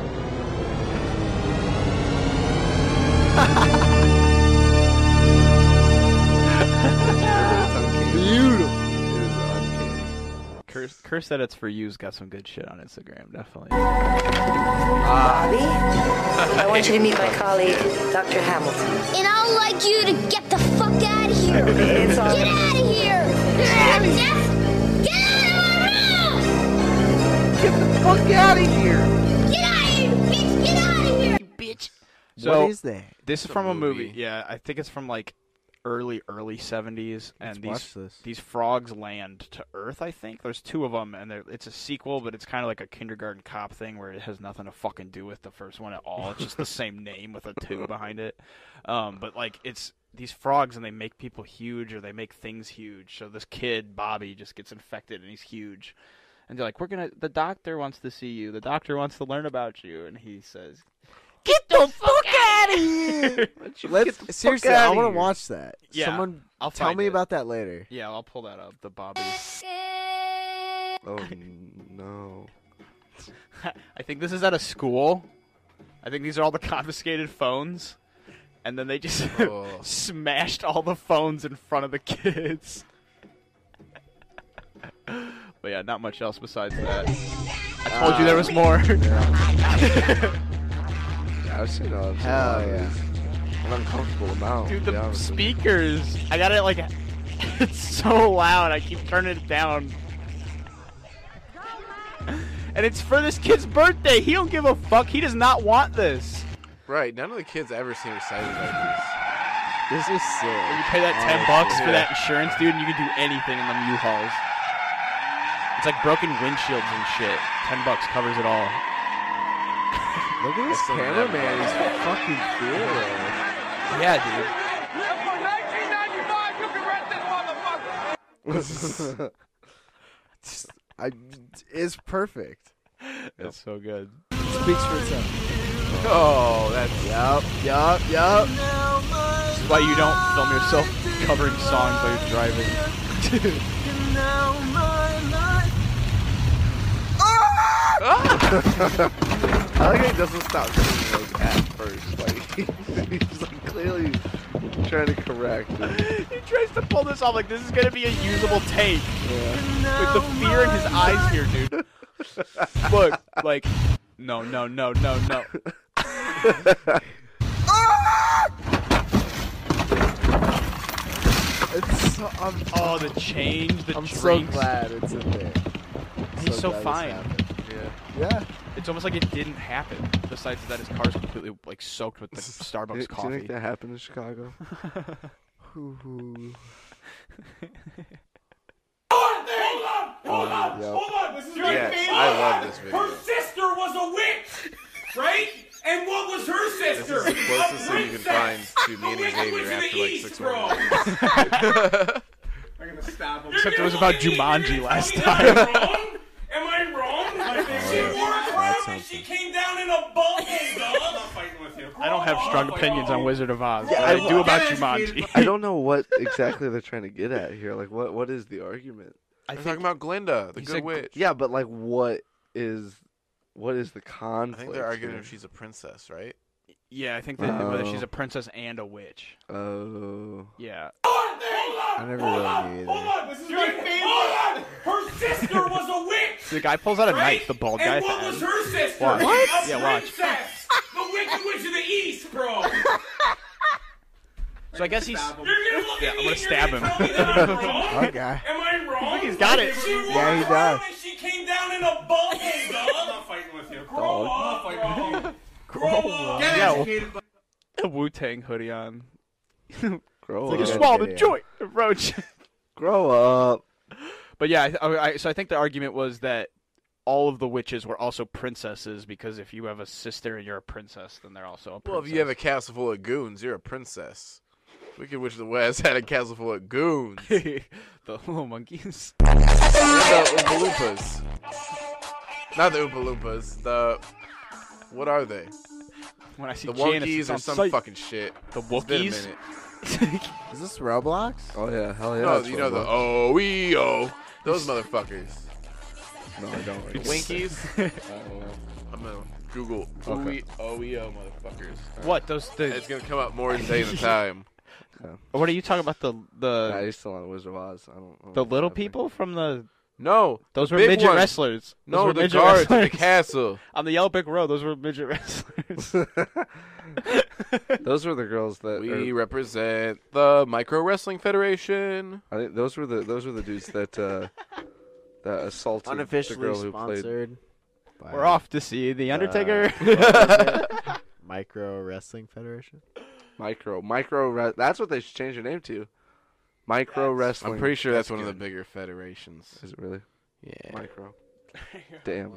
It is uncanny.
Curse, curse that it's for you's got some good shit on Instagram, definitely.
Bobby, I want you to meet my colleague, Dr. Hamilton.
And I would like you to get the fuck out of here.
It's all
Get out of here. That's- Get out of my room.
Fuck out of here.
Get out of here, bitch. Get out of here.
So
what is that?
this is
a
from a movie.
movie.
Yeah, I think it's from like early early 70s and
Let's
these
watch this.
these frogs land to earth i think there's two of them and they're- it's a sequel but it's kind of like a kindergarten cop thing where it has nothing to fucking do with the first one at all it's just the same name with a two behind it um, but like it's these frogs and they make people huge or they make things huge so this kid bobby just gets infected and he's huge and they're like we're gonna the doctor wants to see you the doctor wants to learn about you and he says Get the fuck out
out of here.
Let's seriously. I want to watch that.
Yeah,
Someone
I'll
tell
find
me
it.
about that later.
Yeah, I'll pull that up. The Bobby.
Oh no.
I think this is at a school. I think these are all the confiscated phones. And then they just
Oh.
smashed all the phones in front of the kids. but yeah, not much else besides that. I told
Uh,
you there was more.
I've seen all of
Hell
yeah. An uncomfortable amount.
Dude,
to
the
be honest with you.
speakers. I got it like. It's so loud. I keep turning it down. And it's for this kid's birthday. He don't give a fuck. He does not want this.
Right, none of the kids ever seem excited about this.
This is sick.
You pay that ten
Oh,
bucks
yeah.
for that insurance, dude, and you can do anything in them U-Hauls. It's like broken windshields and shit. Ten bucks covers it all.
Look at this cameraman. He's fucking cool.
Yeah, dude.
I, it's perfect.
It's so good.
Speaks for itself.
Oh, that's
yup, yup, yup.
This is why you don't film yourself covering songs while you're driving.
Ah!
I like how he doesn't stop doing those at first. Like he's like clearly trying to correct. it.
he tries to pull this off like this is gonna be a usable take. With the fear in his eyes here, dude. Look, like, no, no, no, no, no.
It's so, I'm,
oh, the change, the
I'm
drinks.
so glad it's in there.
He's so,
glad this
fine.
happened.
Yeah. It's almost like it didn't happen. Besides that, his car's completely like soaked with the
Do you
Starbucks
do you
coffee.
think that happened in Chicago?
Hold on,
Yep.
hold on. This is my
Yes,
favorite.
I love this video.
Her sister was a witch, right? And what was her
This
sister?
is the closest
a
thing you can find to me and Xavier after like six months.
I'm gonna stop him.
Except it was about Jumanji last
Am I
time.
wrong? Am I wrong? she wore a crown and she came down in a balding dog. I'm not fighting with you.
I don't have strong opinions on Wizard of Oz, but
I
I, do
love-
about
Get
Jumanji.
I don't know what exactly they're trying to get at here. Like, what what is the argument?
I
We're talking about Glinda, the
He
good
said-
witch.
Yeah, but like, what is what is the
I
conflict?
think they're arguing
here?
if she's a princess, right?
Yeah, I think that whether she's
Oh.
a princess and a witch.
Oh.
Yeah.
I never really knew either.
This is my favorite. Hold on. Her sister was a witch.
The guy pulls out a knife, the bald guy.
And
at the
what was
end.
her sister?
Watch.
A
Yeah, watch.
princess. the Wicked Witch of the East, bro.
So I guess he's.
You're gonna look
Yeah,
at
I'm
me
gonna
and
stab
you're
him.
gonna tell me that I'm wrong?
Okay.
Am I wrong?
I think he's got it.
She wore
Yeah, he
a crown
does.
and She came down in a bald head, dog. I'm not fighting with you. Grow up, bro. Grow up.
Get Yeah, well- educated, A Wu Tang hoodie on. It's
Grow
like a
up.
swallow the joint, the roach.
Grow up.
But yeah, I, I, I- so I think the argument was that all of the witches were also princesses because if you have a sister and you're a princess, then they're also a princess.
Well, if you have a castle full of goons, you're a princess. Wicked Witch of the West had a castle full of goons.
the little monkeys.
the Oompa Loompas. Not the Oompa Loompas. The what are they?
When I see
the
Janice,
Wonkies
it's
or
on
some
sight.
fucking shit.
The
It's been a
Wookiees?
minute.
Is this Roblox?
Oh yeah, hell yeah.
no,
that's
you know
what
the
it was.
OEO. Those motherfuckers.
No, I don't.
The
Like
Winkies.
I don't know.
I'm gonna Google
Okay.
OEO motherfuckers.
What those the?
It's gonna come up more day and time.
What are you talking about? The
Nah,
the
he's still on Wizard of Oz. I don't. I don't
the
know
little
what happened.
people from the
No,
those
the
were
big
midget
ones.
wrestlers. Those
No,
were
the
midget
guards at the
wrestlers.
castle.
on the yellow brick road. Those were midget wrestlers.
Those were the girls that.
We
or-
represent the Micro Wrestling Federation.
I think those were the those were the dudes that uh, that assaulted
Unofficially
the girl who played.
sponsored. by
we're off to see the Undertaker.
Uh,
Uh, Micro Wrestling Federation.
Micro, micro. Re- that's what they should change their name to. Micro wrestling.
I'm pretty sure that's one of the
good.
bigger federations.
Is it really?
Yeah.
Micro. Damn.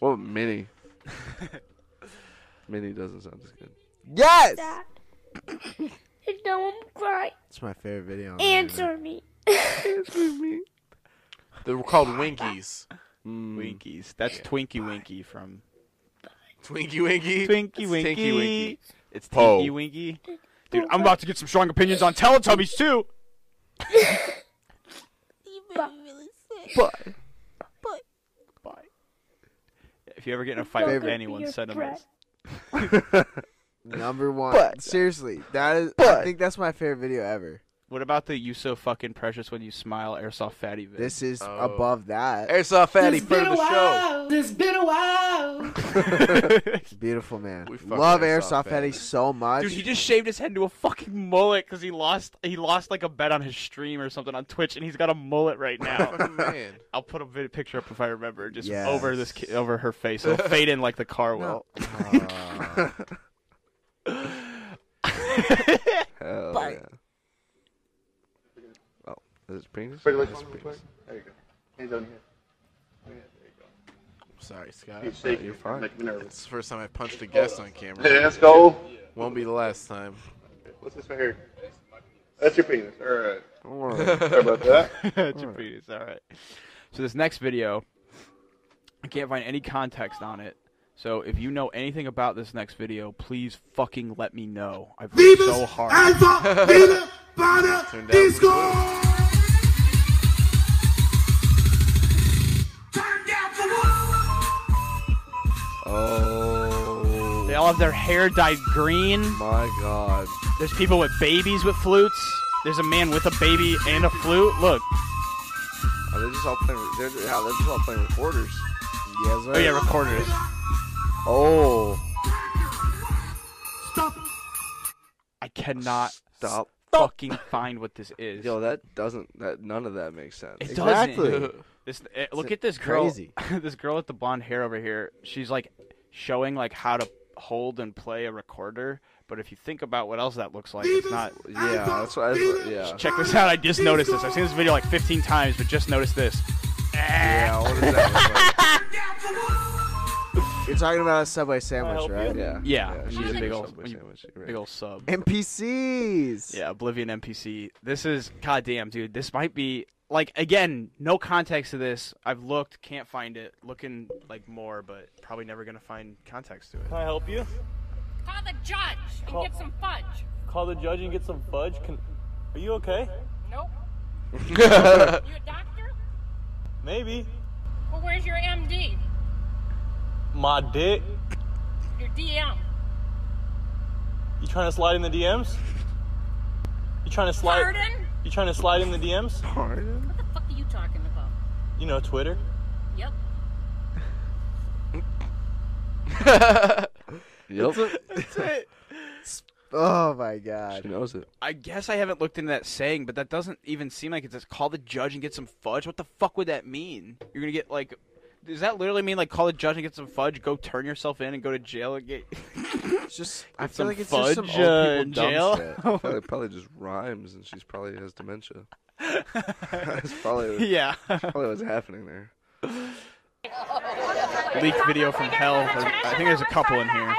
Well, mini. mini doesn't sound as good.
Yes.
No, I'm crying.
It's my favorite video. on the internet.
Answer me.
They were called Winkies.
Winkies. That's Hmm. Twinkie Winky from
Twinkie Winky.
Twinkie
That's
Winky.
Tinky Winky.
It's
Poe.
Tinky Winky. Dude, I'm about to get some strong opinions on Teletubbies too. If you ever get in a fight with
Favorite-
anyone, send them
Brett.
this.
Number one.
But-
Seriously, that is. I think that's my favorite video ever.
What about the "You so fucking precious when you smile" airsoft fatty vid?
This is above that.
Oh. Airsoft fatty
for the
while. It's been a while.
Beautiful man.
fucking
Love
Airsoft
Airsoft Eddie so much.
Dude, he just shaved his head into a fucking mullet because he lost he lost like a bet on his stream or something on Twitch, and he's got a mullet right now.
Man.
I'll put a vid- picture up if I remember, just
Yes.
over this ki- over her face. It'll fade in like the car will.
Hell
Bye.
yeah. Oh, is it penis?
Wait, wait,
It's
wait,
penis.
wait.
There you go. Hands on here.
Oh,
Sorry, Scott.
You're shaking.
You're fine.
Making me nervous.
It's the first time I punched a guest on camera.
Hey, let's go.
Won't be the last time.
What's this right here? That's your penis. All right. Sorry about that.
It's your penis, All right. So this next video, I can't find any context on it. So if you know anything about this next video, please fucking let me know. I've worked so hard.
Alpha, Beta, Beta, Disco.
Oh.
They all have their hair dyed green.
My God.
There's people with babies with flutes. There's a man with a baby and a flute. Look.
Are they just all playing? Oh, They're, yeah, they're just all playing recorders.
Yes,
Oh yeah, recorders.
Oh.
Stop.
I cannot
Stop.
fucking find what this is.
Yo, that doesn't. That none of that makes sense.
It doesn't. This, eh, look at this girl.
Crazy.
this girl with the blonde hair over here. She's like showing like how to hold and play a recorder. But if you think about what else that looks like, it's not.
Yeah, that's what. That's what yeah.
Check this out. I just noticed this. I've seen this video like 15 times, but just noticed this.
Yeah, what does that look like?
You're talking about a Subway sandwich, right?
Yeah.
Yeah,
Yeah,
she's a big old,
Subway sandwich, you're right.
big old sub.
NPCs.
Yeah, Oblivion NPC. This is goddamn, dude. This might be like again, no context to this. I've looked, can't find it. Looking like more, but probably never gonna find context to it.
Can I help you?
Call the judge and
Call-
get some fudge.
Call the judge and get some fudge. Can, are you okay?
Nope.
you a
doctor?
Maybe.
Well, where's your MD?
My dick.
Your DM?
You trying to slide in the DMs? You trying to slide?
Pardon?
You trying to slide in the DMs? Pardon?
What the fuck are you talking about?
You know Twitter.
Yep.
Yep.
That's it.
Oh my god.
She knows it.
I guess I haven't looked into that saying, but that doesn't even seem like it's just call the judge and get some fudge. What the fuck would that mean? You're gonna get like, does that literally mean like call the judge and get some fudge? Go turn yourself in and go to jail and get.
It's just I
some
feel like it's
fudge
just some old
uh,
people
in
dumb
jail.
shit.
probably, probably just rhymes, and she's probably has dementia. that's probably what-
Yeah.
that's probably what's happening there. Oh,
Leaked video from hell. I think there's a couple in here.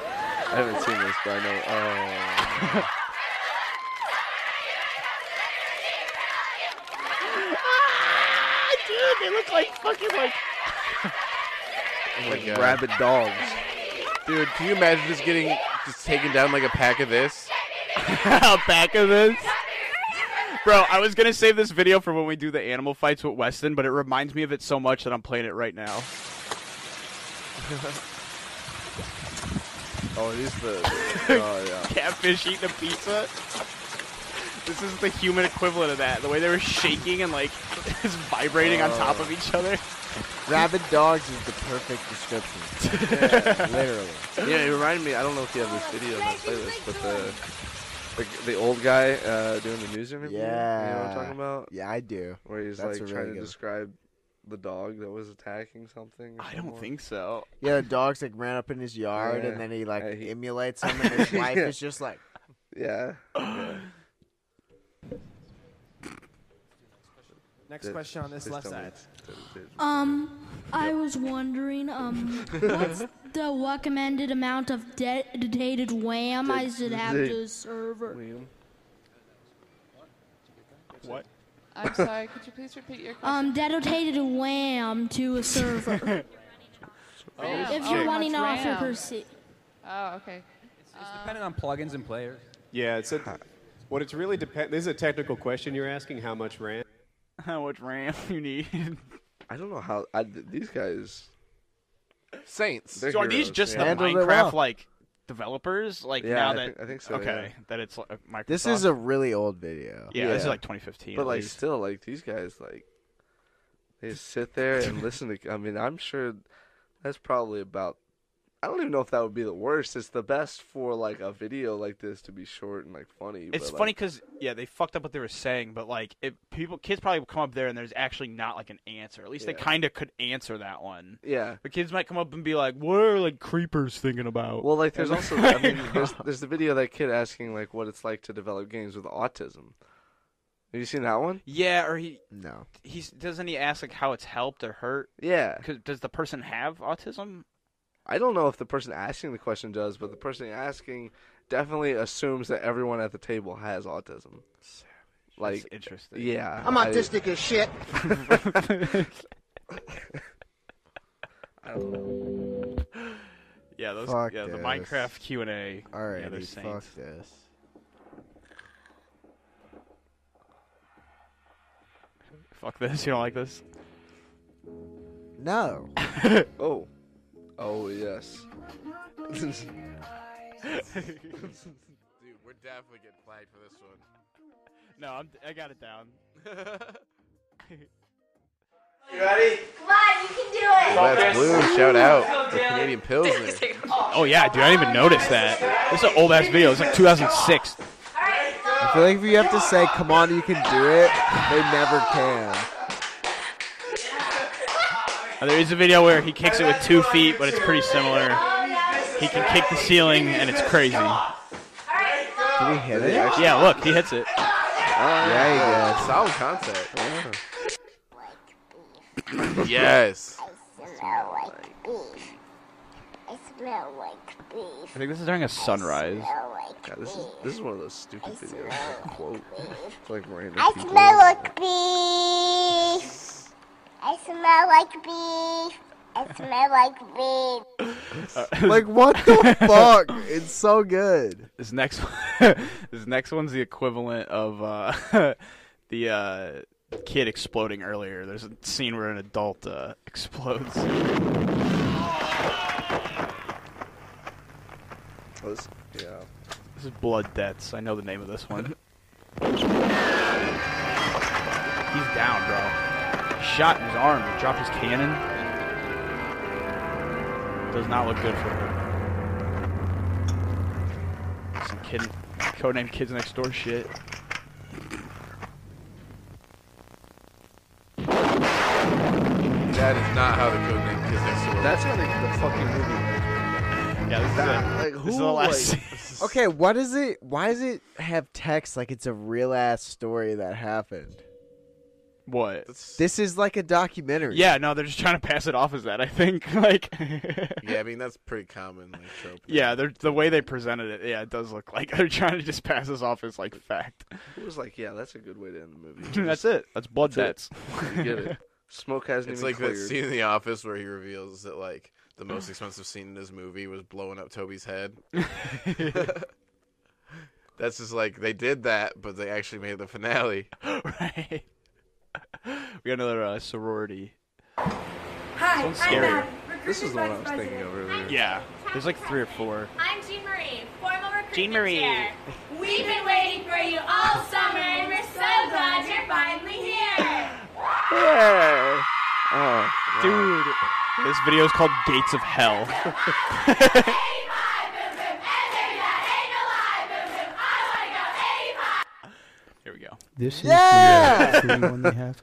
Oh. I haven't seen this, but I know. Oh.
Ah, dude, they look like fucking like.
Oh my God.
rabid dogs.
Dude, can you imagine just getting just taken down like a pack of this?
back of this. Bro, I was gonna save this video for when we do the animal fights with Weston, but it reminds me of it so much that I'm playing it right now.
Oh, it is the. Oh yeah.
Catfish eating a pizza. This is the human equivalent of that. The way they were shaking and like just vibrating on top of each other.
Rabid dogs is the perfect description. Literally.
Yeah, it reminded me. I don't know if you have this video in my playlist, but the the, the old guy uh, doing the news interview. You know what
Yeah.
I'm talking about?
Yeah, I do.
Where he's
That's
like
a
trying
really
to
good-
describe the dog that was attacking something. I
don't think so.
Yeah, the dogs like ran up in his yard
Yeah.
and then he like
Yeah, he-
emulates him and his wife
Yeah.
is just like
Yeah. yeah.
Next
Did-
question on this
please
left
tell me
side.
it's- that it did.
Um, I was wondering, um, what's the recommended amount of dedicated wham I should have
Dig-
to a server?
William.
What?
I'm sorry. Could you please repeat your question?
Um, dedicated wham to a server.
Ram.
if you're
Oh,
running
it's
off your
Ram.
PC.
Oh, okay.
Um,
Depending on plugins and players.
Yeah, it's a, what it's really depend. This is a technical question you're asking. How much RAM?
How much RAM you need?
I don't know how I, th- these guys.
Saints.
They're
so are these
heroes,
just
yeah.
the
Handled it
Minecraft
well.
like developers? Like
Yeah,
now
I
that
think- I think so,
Okay,
yeah.
that it's like Microsoft.
This is a really old video.
Yeah, this is like 2015
But
at
like,
least.
still, like these guys, like they just sit there and listen to. I mean, I'm sure that's probably about. I don't even know if that would be the worst. It's the best for like a video like this to be short and like funny.
It's
but,
funny
like,
because yeah, they fucked up what they were saying, but like it, people, kids probably come up there and there's actually not like an answer. At least they
Yeah.
kind of could answer that one.
Yeah.
the kids might come up and be like, "What are like creepers thinking about?"
Well, like there's
And,
also I
like-
mean, there's, there's the video of that kid asking like what it's like to develop games with autism. Have you seen that one?
yeah, or he
no,
he's doesn't he ask like how it's helped or hurt?
Yeah.
'Cause does the person have autism?
I don't know if the person asking the question does, but the person asking definitely assumes that everyone at the table has autism. Like
interesting.
Yeah.
I'm
I-
autistic as shit.
I don't know.
Yeah, those
Fuck
yeah the
this.
Minecraft Q and A. yeah, they're
Alrighty, fuck
saints.
this.
Fuck this. You don't like this?
No.
oh. Oh yes.
Dude, we're definitely getting flagged for this one.
No, I'm, I got it down.
You ready?
Come on, you can do
West Blue, shout out. The Canadian Pilsner.
Oh yeah, dude, I didn't even notice that. This is an old ass video. It's like 2006.
I feel like if you have to say, "Come on, you can do it," they never can.
Uh, There is a video where he kicks it with two feet, but it's pretty similar. He can kick the ceiling, and it's crazy.
Did he hit it?
Yeah, look, he hits it.
yeah, he did.
Solid concept. yes.
I think this is during a sunrise.
God, this is this is one of those stupid videos. Like, quote. It's like random
I
people.
smell like beef. I smell like beef. I smell like beef.
Uh,
like what the fuck? It's so good.
This next one, this next one's the equivalent of uh, the uh, kid exploding earlier. There's a scene where an adult uh, explodes.
Oh, this- yeah.
This is Blood Debts. I know the name of this one. He's down, bro. Shot in his arm. He dropped his cannon. Does not look good for him. Some kid, codename Kids Next Door shit.
That is not how the code name Kids Next Door.
That's how they the fucking movie.
Yeah, this is
that, like
this
who
is the last
like,
Okay, what is it? Why does it have text like it's a real ass story that happened?
What?
This is like a documentary.
Yeah, no, they're just trying to pass it off as that. I think, like,
Yeah, I mean that's pretty common like trope.
yeah, they're, the way they presented it, yeah, it does look like they're trying to just pass this off as like fact.
Who was like, yeah, that's a good way to end the movie.
That's it. That's blood
That's
debts.
it. You get it. Smoke hasn't
It's
even
like that
cleared.
scene in The Office where he reveals that like the most expensive scene in his movie was blowing up Toby's head. That's just like they did that, but they actually made the finale.
right. We got another uh, sorority.
Hi,
Sounds I'm scary. Matt,
This is the one I was thinking of earlier.
Yeah, there's like three or four.
I'm Jean Marie, formal recruitment
Jean Marie.
chair. We've been waiting for you all summer, and we're so glad you're finally here.
Yeah.
Oh,
dude. This video is called Gates of Hell. Here we go.
This
is your
yeah.
free one they have.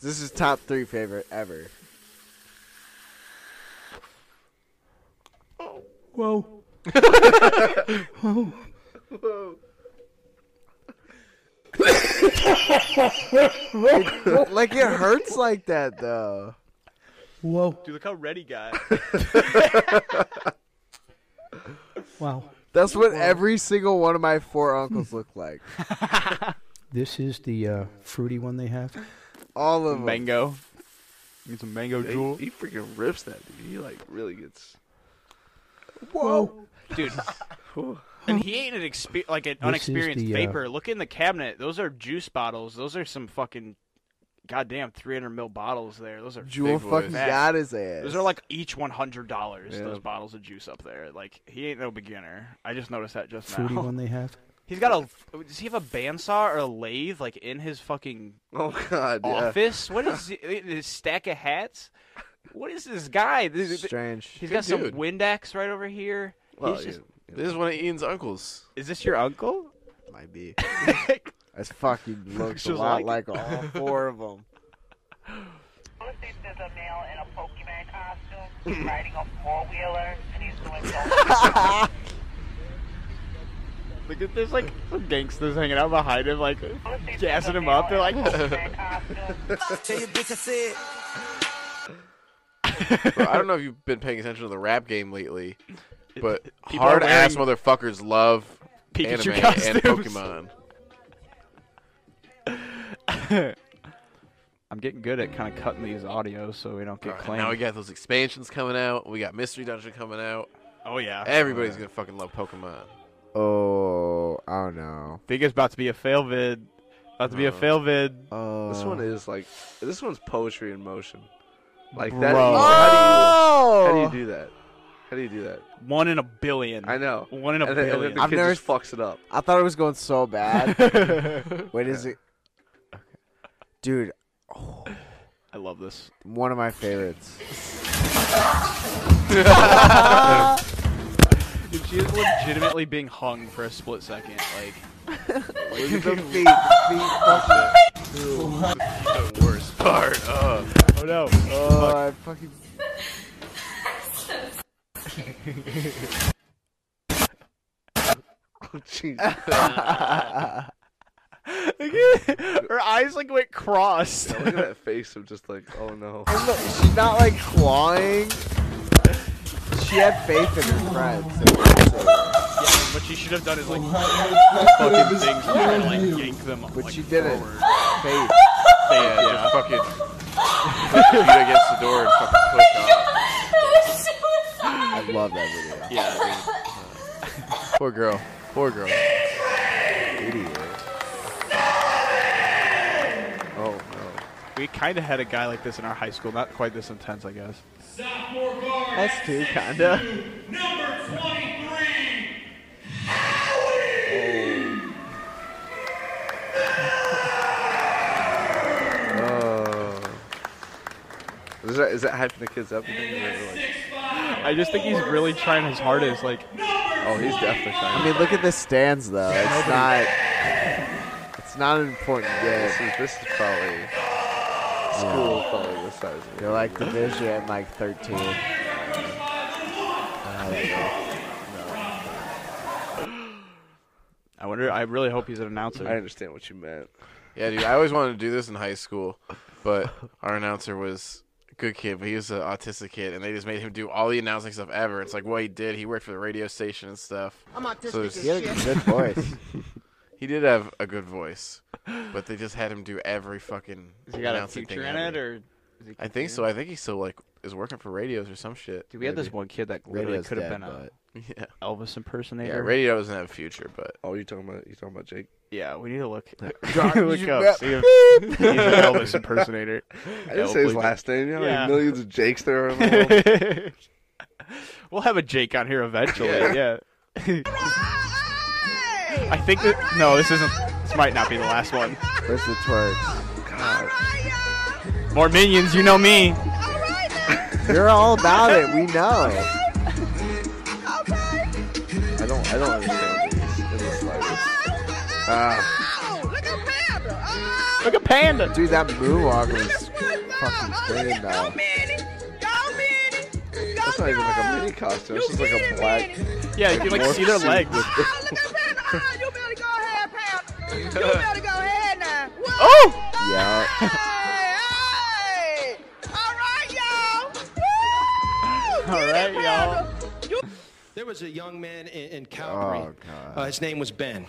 This is top three favorite ever.
Whoa.
Whoa. like it hurts like that though.
Whoa. Dude, look how red he got.
That's what every single one of my four uncles look like.
This is the uh, fruity one they have.
All of 'em.
mango. Need some mango
He-
jewel.
He, freaking rips that dude. He like really gets.
Whoa, dude. And he ain't an expe- like an
This is
unexperienced
the, uh,
vapor. Look in the cabinet; those are juice bottles. Those are some fucking goddamn three hundred mil bottles. There, those are
Jewel
big
fucking
boys.
got his ass.
Those are like each one hundred dollars.
Yeah.
Those bottles of juice up there. Like he ain't no beginner. I just noticed that just
Fruity
now.
one they have.
He's got a. Does he have a bandsaw or a lathe like in his fucking
Oh god. yeah.
office? What is he- his stack of hats? What is this guy? This,
Strange.
He's
Good
got some
dude.
Windex right over here.
Well,
He's just-
This is one of Ian's uncles.
Is this your uncle?
Might be. As fuck, he looks a
just
lot
like
like
it.
all four of them.
riding a four wheeler and he's doing
Look at there's like some gangsters hanging out behind him, like gassing him up. They're like,
Tell your bitch I said.
Bro, I don't know if you've been paying attention to the rap game lately, but
People are
hard ass
wearing
motherfuckers love
Pikachu
anime and
costumes.
Pokemon.
I'm getting good at kind of cutting these audios so we don't get
Alright,
claimed.
now we got those expansions coming out. We got Mystery Dungeon coming out.
Oh yeah,
everybody's
Oh,
gonna fucking love Pokemon.
Oh, I don't know.
think it's about to be a fail vid. About to be a
Uh,
fail vid.
Oh.
This one is like this one's poetry in motion. Like
Bro.
that. How, do you, how do you do that? How do you do that?
One in a billion.
I know.
One in a
and then,
billion.
And then the
I've
kid
never
just fucks it up.
I thought it was going so bad. Wait, is it? Okay. Dude,
I love this.
one of my favorites.
Dude, she is legitimately being hung for a split second. Like,
Look at the feet. The
the worst part. Oh,
oh no.
feet. Oh, I fucking.
Oh jeez.
Her eyes like went crossed.
Yeah, look at that face of just like, oh no.
And look, she's not like clawing. She had faith in her friends. so that's it.
Yeah, what she should have done is like fucking things and try to like yank them.
But
like,
she didn't.
forward.
Faith.
yeah, just fucking put your feet against the door and fucking push off.
I love that video.
Yeah. dude.
Poor girl. Poor girl.
Idiot.
Oh no.
We kind of had a guy like this in our high school. Not quite this intense, I guess.
Sophomore guard.
That's too kinda.
Number 23.
Oh. Is that is that hyping the kids up? You think? Or, like-
I just think he's really trying his hardest. Like,
oh, he's definitely
I
trying.
mean, look at the stands though. It's not. It's not an important game.
This is this is probably school probably this size. of it.
They're like division like Uh, 13.
I wonder. I really hope he's an announcer.
I understand what you meant.
Yeah, dude, I always wanted to do this in high school, but our announcer was a good kid, but he was an autistic kid, and they just made him do all the announcing stuff ever. It's like what he did. He worked for the radio station and stuff.
I'm autistic
So
as
it's-
He had a good voice.
He did have a good voice, but they just had him do every fucking.
Has he got a
announcing
future
thing
in it,
ever.
or is he
I think
continuing?
so. I think he still like is working for radios or some shit.
Dude, we had this
maybe.
one kid that literally
Radio's
could have
dead,
been a
Yeah.
Elvis
Yeah,
impersonator.
radio doesn't have a future, but
Oh, you talking about you talking about Jake?
Yeah, we need to look.
you
look
rep-
up. See if he's an Elvis impersonator.
I didn't say his
Elvis.
last name. You know how many
Yeah.
millions of Jakes there are in the world?
we'll have a Jake on here eventually. Yeah.
Yeah.
I think that no, this isn't. This might not be the last one.
Where's the twerks?
More minions, you know me.
You're all about it. We know.
I don't I don't understand these in the slightest. Ah,
Look at Panda.
Dude, that moonwalk was fucking clean though.
that's not even like a mini costume. It's just like a black.
Yeah, you can like
morph
see their
suit
legs.
with-
Oh, You better go ahead, pal. You better go ahead now.
Oh!
Yeah.
Hey, hey. All right, y'all.
All right, y'all.
There was a young man in, in Calgary.
Oh god.
Uh, his name was Ben.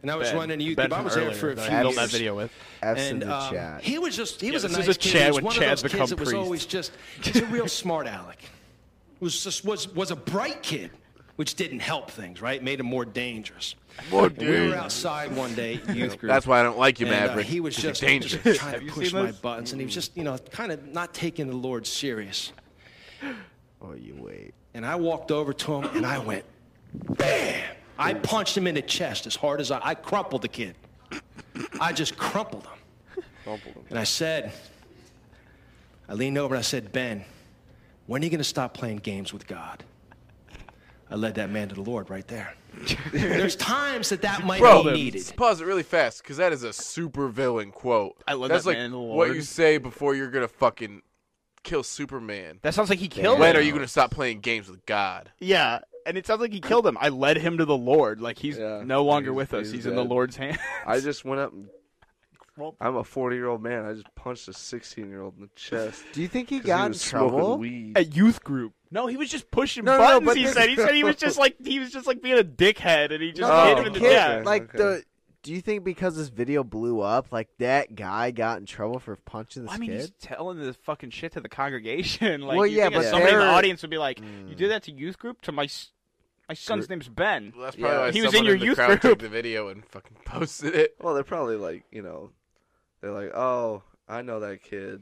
and I was
Ben.
running YouTube.
Ben
I
from
was there
earlier
for a
that I
few
handled that
years.
video with.
F's
and
in the
um,
chat.
he was just he
Yeah,
was a
this
nice
is a
kid.
Chad
he was
when
one
Chad's
of those
become
kids that was
priest.
always just he's a real smart aleck. Was just was was a bright kid, which didn't help things. Right, made him more dangerous.
More
And We were
dangerous.
outside one day.
Yeah.
Youth group,
That's why I don't like you,
and, uh,
Maverick.
he was
'cause you're
just,
dangerous.
just trying
Have
to
you
push
seen
my
those?
buttons, and he was just you know kind of not taking the Lord serious.
Oh, you wait.
And I walked over to him and I went, bam! I punched him in the chest as hard as I, I crumpled the kid. I just crumpled him. And I said, I leaned over and I said, Ben, when are you going to stop playing games with God? I led that man to the Lord right there. There's times that that might
Bro,
be needed.
pause it really fast because that is a super villain quote. I
love
That's
that
like
man in the
what you
Lord.
say before you're gonna fucking kill Superman.
That sounds like he killed
When
him.
are you gonna stop playing games with God?
Yeah, and it sounds like he killed him. I led him to the Lord. Like he's no longer with us. He's, in the
dead.
Lord's hand.
I just went up. and
Well-
I'm a 40 year old man. I just punched a 16 year old in the chest.
Do you think he
'cause
got in
was smoking
trouble?
Weed.
At youth group. No, he was just pushing
No, no, no,
buttons.
but
he
this-
said he said he was just like he was just like being a dickhead, and he just
No,
hit
the
him in the
kid,
yeah.
Like
okay.
the. Do you think because this video blew up, like that guy got in trouble for punching this
I mean, he's
kid?
telling this fucking shit to the congregation. Like,
Well,
you
yeah,
think if
but
somebody in the
they're-
audience would be like, "You
Hmm.
did that to youth group to my s- my son's name's Ben.
Well, that's probably why
he was in
someone
your
the
youth
crowd
group.
took the video and fucking posted it.
Well, they're probably like, you know, they're like, oh, I know that kid.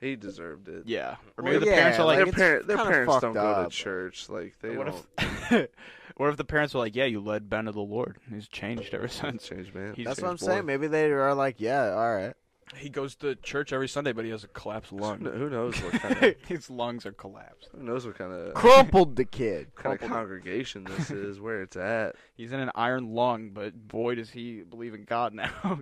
He deserved it.
Yeah. Or
Well,
maybe the parents
yeah,
are like-
their,
it's
parent, their
kinda
parents
fucked
don't go
up.
to church. Like they
What
don't.
if, what if the parents were like, "Yeah, you led Ben to the Lord. and He's changed ever since.
Changed, man.
He's
That's what I'm
changed.
saying. Maybe they are like, yeah, all right.
He goes to church every Sunday, but he has a collapsed lung.
Who knows what kind of?
His lungs are collapsed.
Who knows what kind of
Crumpled the kid.
kind of
crumpled.
congregation this is? Where it's at?
He's in an iron lung, but boy, does he believe in God now.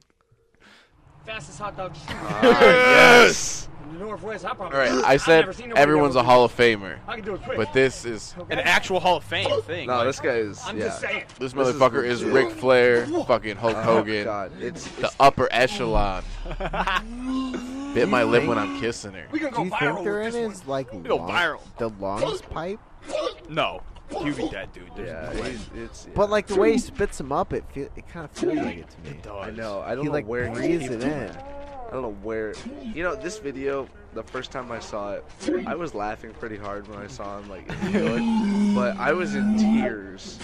Fastest hot dog.
yes!
In the Northwest, I
All
probably.
right, I
I've
said
never seen nobody
everyone's
ever
a
do
Hall of
it.
Famer,
I can do it quick.
but this is
An actual Hall of Fame thing.
No,
like-
this guy is.
I'm
yeah.
just saying.
This
This is
motherfucker is,
legit.
Ric Flair, fucking Hulk
Oh,
Hogan,
God, it's-
the upper echelon. Bit my lip when I'm kissing her.
Do you think they're in his like
go
long-
viral.
the longest pipe?
No, you'd be dead, dude. There's
Yeah,
no way.
he's- it's. yeah.
But like the way he spits him up, it feel it kind of feels like it to me.
I know. I don't
he
know
like
where
breathes
he
it in.
I don't know where. You know, this video, the first time I saw it, I was laughing pretty hard when I saw him, like, in New York. But I was in tears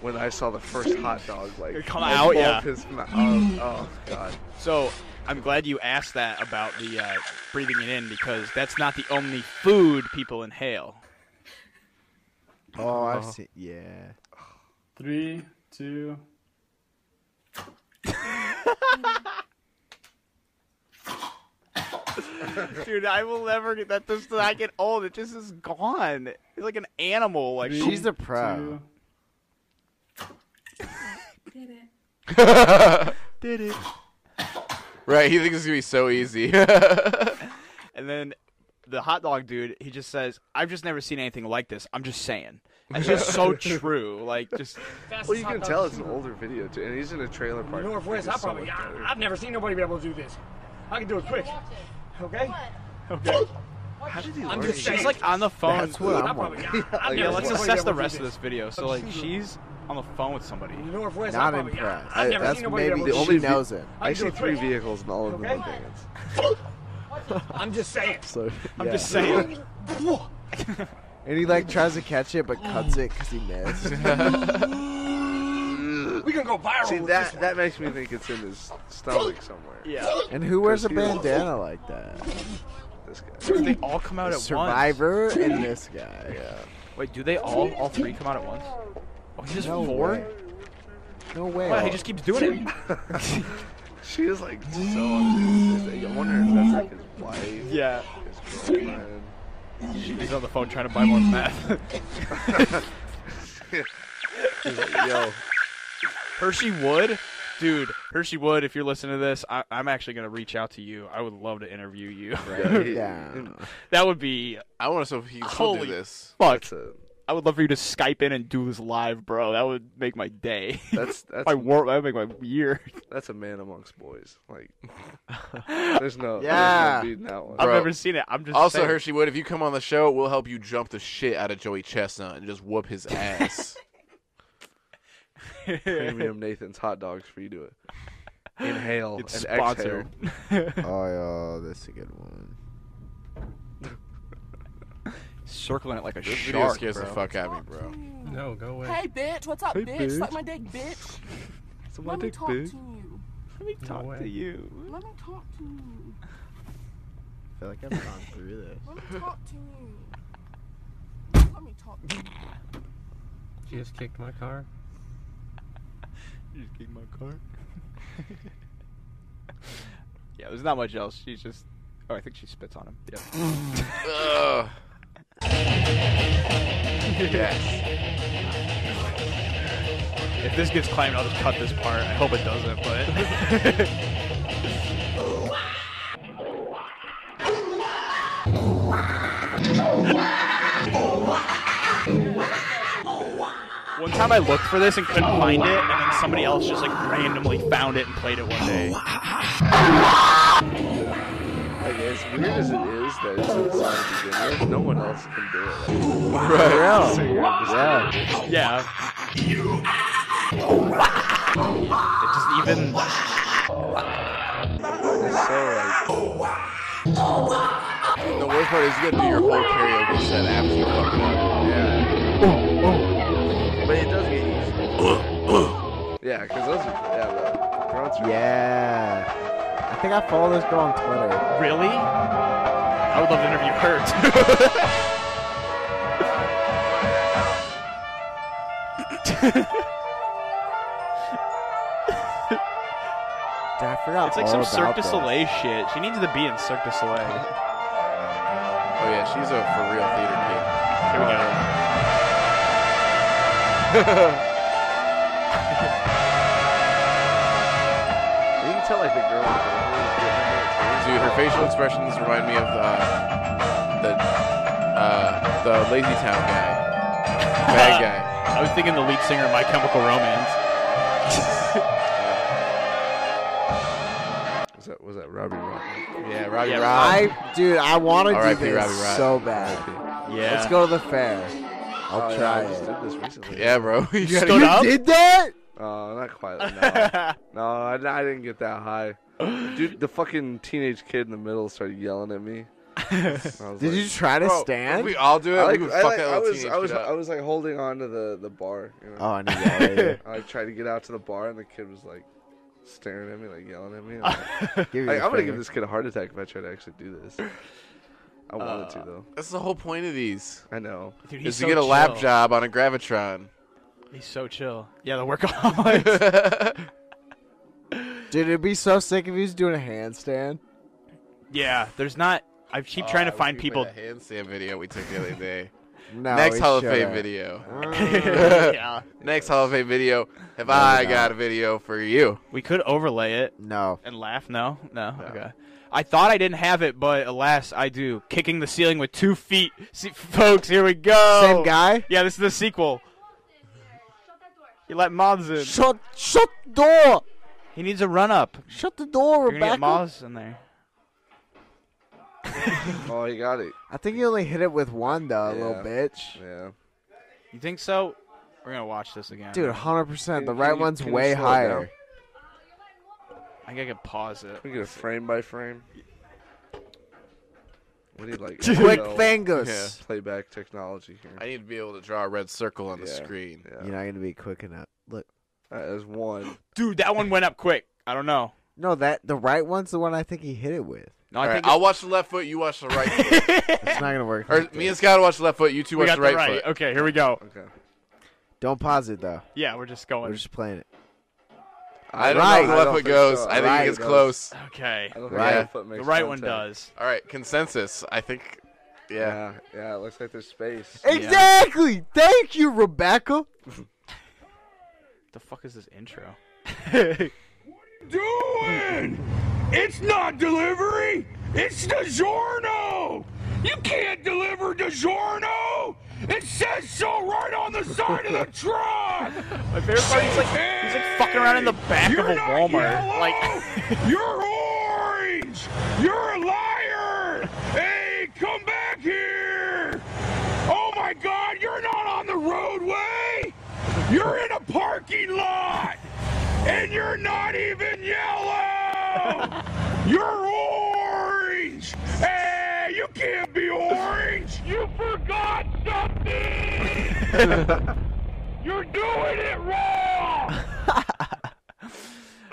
when I saw the first hot dog, like,
Come out,
above
yeah.
His mouth. Oh, God.
So I'm glad you asked that about the uh, breathing it in because that's not the only food people inhale.
Oh,
Uh-huh.
I've seen. Yeah.
Three, two.
Dude, I will never get that. Does not get old. It just is gone. It's like an animal. Like
Three, She's a pro.
Did it.
Right, he thinks it's gonna be so easy.
And then the hot dog dude, he just says, "I've just never seen anything like this. I'm just saying." It's just so true. Like just
Well, you can tell it's an older video, too. And he's in a trailer
In
park.
the Northwest,
It's
I
so
probably.
much
I,
better.
I've never seen nobody be able to do this. I can do it quick. Okay.
okay.
How did he
I'm
I'm
just
just saying.
she's like on the phone.
That's what
I
I'm
probably.
wondering.
I, I've
yeah,
never
let's
seen nobody
assess the
able to do
rest of
this.
this video. So like she's on the phone with somebody.
In the Northwest,
Not
I probably.
impressed.
I,
I-
I've never
that's
seen nobody
maybe
be able
the
to do
only
She
vi-
this.
knows it.
I
can do
see
it
three
quick.
vehicles and all of them
Okay.
are vans.
I'm just saying.
So
I'm
yeah.
just saying.
And he like tries to catch it, but cuts it because he missed.
We can go viral.
See,
with this
that,
one.
that makes me think it's in his stomach somewhere.
Yeah.
and who wears a
'Cause he's-
bandana like that?
This guy.
They all come out at once.
Survivor and this guy.
Yeah.
Wait, do they all all three come out at once? Oh, he's just
No
four.
way. No way.
Wow, he just keeps doing it.
She is like so. I wonder if that's like his wife.
yeah.
His girlfriend.
He's on the phone trying to buy more meth.
She's like, yo,
Hershey Wood, dude. Hershey Wood, if you're listening to this, I, I'm actually gonna reach out to you. I would love to interview you.
yeah, he-
Down.
that would be
I want to know if he still
holy
do this.
fuck.
that's a,
I would love for you to Skype in and do this live, bro. That would make my day.
that's
my
that's
war. That would make my year.
that's a man amongst boys. Like, there's no
Yeah.
There's no beating that one.
I've
Bro.
never seen it. I'm just
Also,
saying.
Hershey Wood, if you come on the show, we'll help you jump the shit out of Joey Chestnut and just whoop his ass.
Premium Nathan's hot dogs for you to it. Inhale
It's
and
sponsored.
exhale.
oh, yeah, that's a good one.
Circling it like a
This video
shark.
scares the
bro.
fuck out of me, bro.
No, go
Hey, bitch, what's up,
Hey,
bitch?
bitch.
Suck my dick, bitch. Let
Suck my
me
dick,
talk
bitch.
to you.
Let me talk to way. you.
Let me talk to you.
I feel like I've gone through this.
Let me talk to you. Let me talk to you.
She just kicked my car.
You just kicked my car. yeah, there's not much else. She's just. Oh, I think she spits on him.
Ugh.
If this gets claimed, I'll just cut this part. I hope it doesn't, but. One time I looked for this and couldn't find it, and then somebody else just like randomly found it and played it one day.
Like, as weird as it is that it's inside the beginning, no one else can do it. Like,
Right.
that. So you're just like-
Yeah. It just even.
The worst part is you gotta do your whole karaoke set after you fuck it up. Yeah.
But it does get easier. yeah, because those are yeah, the grunts are
Yeah. I think I follow this girl on Twitter.
Really? I would love to interview her.
Dude, I forgot
it's like
all
some
about
Cirque du
this.
Soleil shit. She needs to be in Cirque du Soleil.
Oh yeah, she's a for real theater kid.
Here we go.
You can tell like the girl.
Dude, her facial expressions remind me of uh, the uh, the Lazy Town guy, bad guy.
I was thinking the lead singer of My Chemical Romance.
Was that was that Robbie Rock?
Yeah, Robbie
Yeah,
Rock.
I, dude, I want to do
R.I.P.
this
Robbie Rock.
so bad.
Yeah.
Let's go to the fair.
Oh,
I'll
yeah,
try
I just
it.
did this recently.
Yeah, bro. You gotta-
You did that?
Oh, not quite. No, no I, I didn't get that high. Dude, the fucking teenage kid in the middle started yelling at me. Did
Did you try to
Bro,
stand?
if we all do it.
I, like,
we would
I,
fuck
like,
that
I
little
was,
teenage
I was,
kid up.
I was like holding on to the, the bar. You know?
Oh, I knew that.
I like, tried to get out to the bar, and the kid was like staring at me, like yelling at me. I'm
Give
Like,
me
like,
the
I'm gonna
finger.
give this kid a heart attack if I try to actually do this. I wanted
Uh,
to though.
That's the whole point of these.
I know.
Dude, he's
Is to
so
get a lap
chill.
job on a gravitron.
He's so chill. Yeah, the workaholics.
Dude, it'd be so sick if he was doing a handstand.
yeah, there's not. I keep trying to
Oh, I
find
wish we
people.
made a handstand video we took the other day.
No,
Next
we
Hall of Fame
shouldn't.
video.
Uh.
Yeah.
Next Hall of Fame video. Have I got a video for you?
We could overlay it
No.
and laugh. No, no. Okay. I thought I didn't have it, but alas, I do. Kicking the ceiling with two feet. See, folks, here we go.
Same guy?
Yeah, this is the sequel. You let Moz in.
Shut, shut the door.
He needs a run up.
Shut the door,
You're gonna get
Rebecca.
Moz in there.
Oh, you got it.
I think you only hit it with one though, little
Yeah.
bitch.
Yeah.
You think so? We're gonna watch this again.
Dude, hundred percent. The
Can-
right
can you-
one's
can you
way
slow it down?
higher.
I think I can pause it.
Can we get a frame by frame? What do you like?
Quick
Excel
fingers.
Yeah.
Playback technology here.
I need to be able to draw a red circle on the
Yeah.
screen.
Yeah.
You're not gonna be quick enough. Look,
All right, there's one.
Dude, that one went up quick. I don't know.
no, that the right one's the one I think he hit it with.
No,
All
I
right,
think
I'll watch the left foot. You watch the right foot.
It's not gonna work.
Or me and Scott watch the left foot. You two
we
watch
got
the right, foot.
Okay, here we go.
Okay.
Don't pause it though.
Yeah, we're just
We're
going.
just playing it.
I don't
Right.
know if the
I
left
don't
foot
think
goes.
so.
I think
Right.
it gets close.
Okay.
I don't think
Right.
that foot
The
makes
right one
contact.
does.
All right, consensus. I think. Yeah.
Yeah. Yeah. It looks like there's space.
Exactly. Thank you, Rebecca.
The fuck is this intro?
doing? It's not delivery. It's DiGiorno. You can't deliver DiGiorno. It says so right on the side of the truck.
My favorite part is like he's like fucking around in the back
You're
of a
not
Walmart.
yellow.
Like
you're orange. You're a liar. Hey, come back here. Oh my God, you're not on the roadway. You're in a park parking lot, and you're not even yellow. you're orange. Hey, you can't be orange. You forgot something. you're doing it wrong.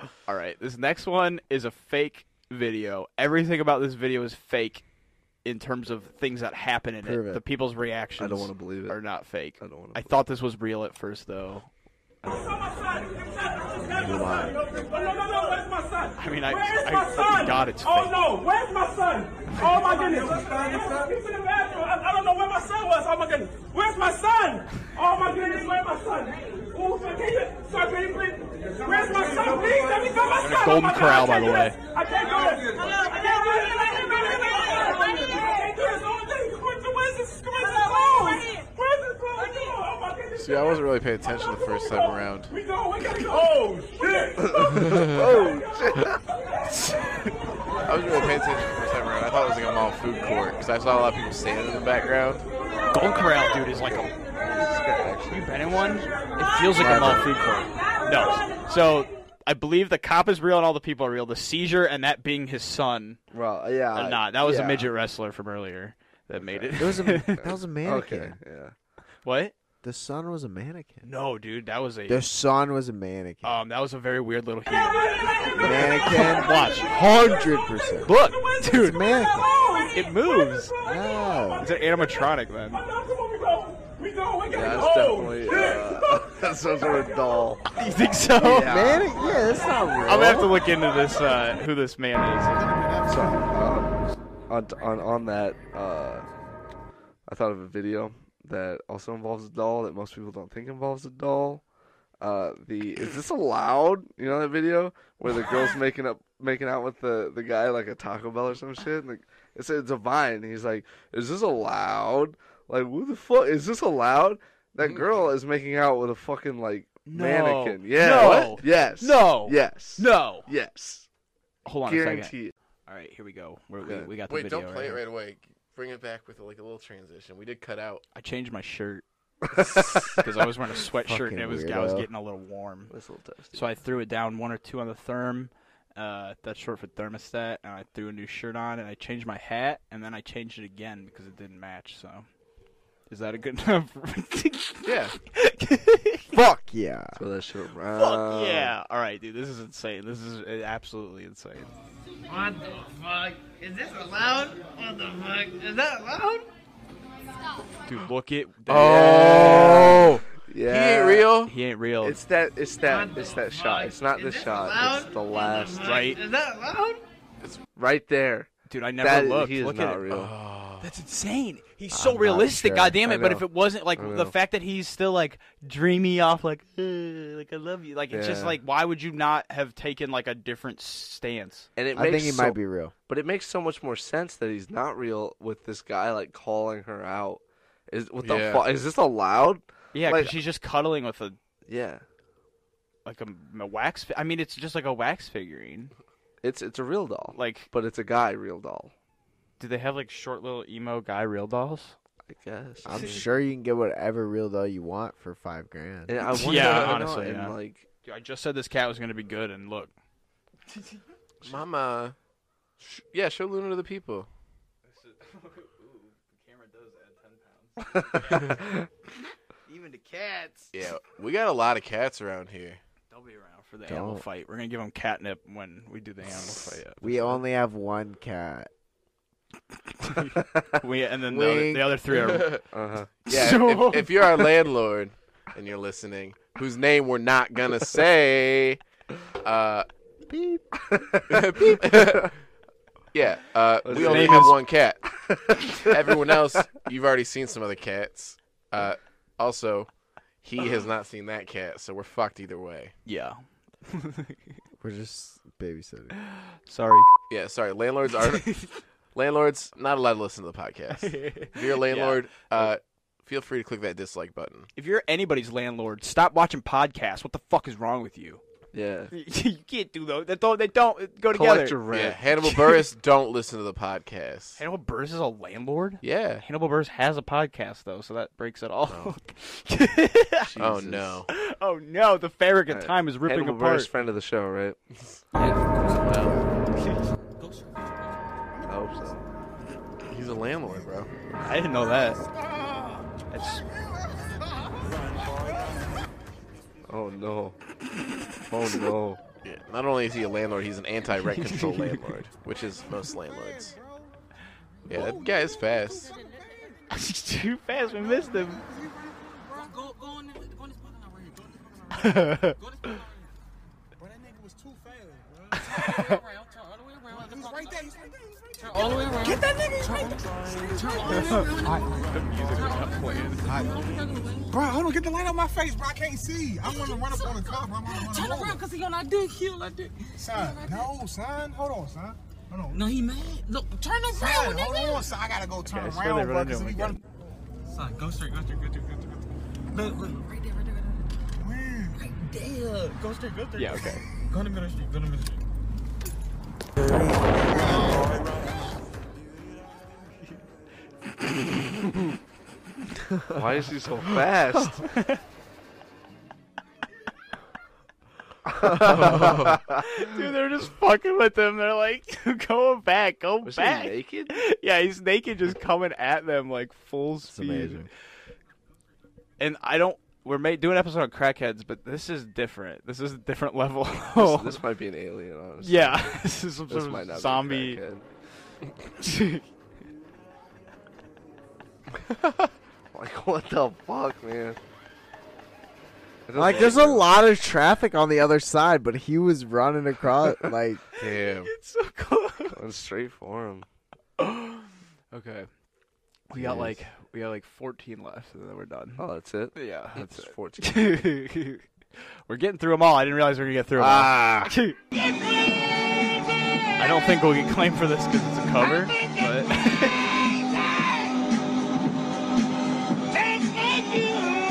All right, this next one is a fake video. Everything about this video is fake in terms of things that happen in
Prove
it.
it.
The people's reactions
I don't wanna believe it.
are not fake. I,
don't wanna
thought this was real at first though.
Where's my son?
I mean, I-
Where's
I
my
fucking
son?
got it's
Oh
fake.
no, where's my son? Oh my goodness. He's in the bathroom. I, I don't know where my son was. Oh my goodness. Where's my son? Oh my goodness, where's my son? Oh, sir, can you, sir, can you please? Where's my son? Please let me go my son. Oh,
Golden
my God,
Corral, by
I
the
can't do
way.
this. I can't do this. I can't do this. I can't do this. I can't do this. Oh, thank you. Where's his, where's his clothes? Where's his clothes? Oh my goodness.
See, I wasn't really paying attention the first time around.
We go, we gotta go. Oh shit!
oh shit! I was really paying attention the first time around. I thought it was like a mall food court because I saw a lot of people standing in the background.
Golden Corral, dude, is like a. You been in one? It feels like a
Never.
mall food court. No. So I believe the cop is real and all the people are real. The seizure and that being his son.
Well, yeah,
Are
I-
not. That was a
yeah.
midget wrestler from earlier that made it.
It was a that was a mannequin.
yeah.
What?
The son was a mannequin.
No, dude, that was a.
The son was a mannequin.
Um, that was a very weird little human.
Mannequin.
Watch.
Hundred percent.
Look, dude,
mannequin.
it moves.
No.
It's an animatronic then.
Yeah, that's definitely. Uh, that's some
Oh,
sort of doll.
You think so?
Yeah.
yeah, that's not real.
I'm gonna have to look into this. Uh, who this man is?
So, uh, on, on on that, uh, I thought of a video that also involves a doll that most people don't think involves a doll. Uh, the is this allowed? You know that video where the girl's making up making out with the, the guy like a Taco Bell or some shit. And the, it's it's a vine. And he's like, is this allowed? Like, who the fuck is this allowed? That girl is making out with a fucking like
No.
mannequin. Yeah.
No.
What? Yes.
No.
Yes.
No.
Yes.
Hold on a second.
Guaranteed.
All right, here we go. We're, we, we got the
Wait,
video.
don't play
right
it right away. Bring it back with like a little transition. We did cut out.
I changed my shirt because I was wearing a sweatshirt and it was I was
weirdo.
getting a little warm.
That's a little toasty.
So I threw it down one or two on the therm. Uh, that's short for thermostat, and I threw a new shirt on, and I changed my hat, and then I changed it again because it didn't match. So, is that a good enough?
yeah.
Fuck yeah.
Throw that shit around.
Fuck yeah! All right, dude, this is insane. This is uh, absolutely insane.
What the fuck? Is this allowed? What the fuck? Is that allowed?
Dude, look at.
Oh.
Yeah.
Yeah. He ain't real.
He ain't real.
It's that. It's that. It's that shot. It's not the shot. It's the last.
right,
that allowed?
It's right there.
dude. I never
That-
looked.
He is
look
not
at it. Oh,
real.
That's insane. He's
I'm
so
not
realistic,
sure.
God damn
I
it! But if
know.
it wasn't like
I
the
know.
fact that he's still like dreamy off, like "Uh, like I love you, like it's just
Yeah.
like why would you not have taken like a different stance?
And it
I
makes
think he
so-
might be real.
But it makes so much more sense that he's not real with this guy like calling her out. Is what the
Yeah.
fuck? Is this allowed?
Yeah, 'cause
Like,
she's just cuddling with a
yeah.
like a, a wax. Fi- I mean, it's just like a wax figurine.
It's it's a real doll.
Like,
but it's a guy real doll.
Do they have like short little emo guy real dolls?
I guess.
I'm sure you can get whatever real doll you want for five grand.
And I wonder,
yeah,
I know,
honestly,
and,
yeah.
like-
Dude, I just said this cat was gonna be good, and look,
Mama. Sh- yeah, show Luna to the people.
Even to cats.
Yeah, we got a lot of cats around here.
They'll be around for the animal
Don't.
fight. We're gonna give them catnip when we do the animal fight.
We only have one cat.
we and then the other,
Wink.
the other three are.
Uh-huh.
Yeah,
So-
if, if you're our landlord and you're listening, whose name we're not gonna say, uh,
beep,
beep. yeah, uh,
Let's
we
see.
only
Name
have
is-
one cat. Everyone else, you've already seen some other cats. Uh, also, he has not seen that cat, so we're fucked either way.
Yeah.
We're just babysitting.
Sorry.
Yeah, sorry. Landlords are landlords not allowed to listen to the podcast. If you're a landlord, uh, feel free to click that dislike button.
If you're anybody's landlord, stop watching podcasts. What the fuck is wrong with you?
Yeah.
you can't do those. They don't. They don't go together.
Collect your rent. Hannibal Burris, don't listen to the podcast.
Hannibal Burris is a landlord.
Yeah.
Hannibal Burris has a podcast though, so that breaks it all. Oh,
Oh, no.
Oh no! The Farragut time is ripping
Hannibal
apart.
Burris, friend of the show, right? I hope so.
He's a landlord, bro.
I didn't know that. That's
Oh no. Oh no.
Yeah, not only is he a landlord, he's an anti-rent control landlord, which is most landlords. Yeah, that guy is fast.
too fast. We missed him.
All the way around. Get that nigga Bro, hold on, get the light on my face, bro. I can't see. I want to run up on the car, bro. Turn around, because he on our dick. He on our dick. Son, no, son. Hold on, son. Hold on. No, he mad. Look, turn around, son, Hold on, son. I got to go turn
Okay, so they
around,
run
bro,
into
because
him
we
again.
run. Son, go straight, go straight, go straight, go straight. go straight. Look, look. Right there, right there, right there. Where? Right there. Go straight, go straight.
Yeah. Okay.
Go in the middle of the street, go in the middle of the street.
Why is he so fast?
Dude, they're just fucking with him. They're like, go back, go
Was he
back.
naked?
Yeah, he's naked, just coming at them like full speed.
amazing.
And I don't. We're ma- doing an episode on crackheads, but this is different. This is a different level.
this, this might be an alien, honestly.
yeah, this is some
This
sort
might not be
of
a
zombie.
crackhead. Like what the fuck, man?
Like, there's a lot of traffic on the other side, but he was running across. like,
Damn.
it's so close.
Going straight for him.
Okay, we got
Jeez.
like we got like 14 left, and then we're done.
Oh, that's it.
Yeah, that's
It's
it.
14.
we're getting through them all. I didn't realize we were gonna get through them
Ah.
all. I don't think we'll get claimed for this because it's a cover, but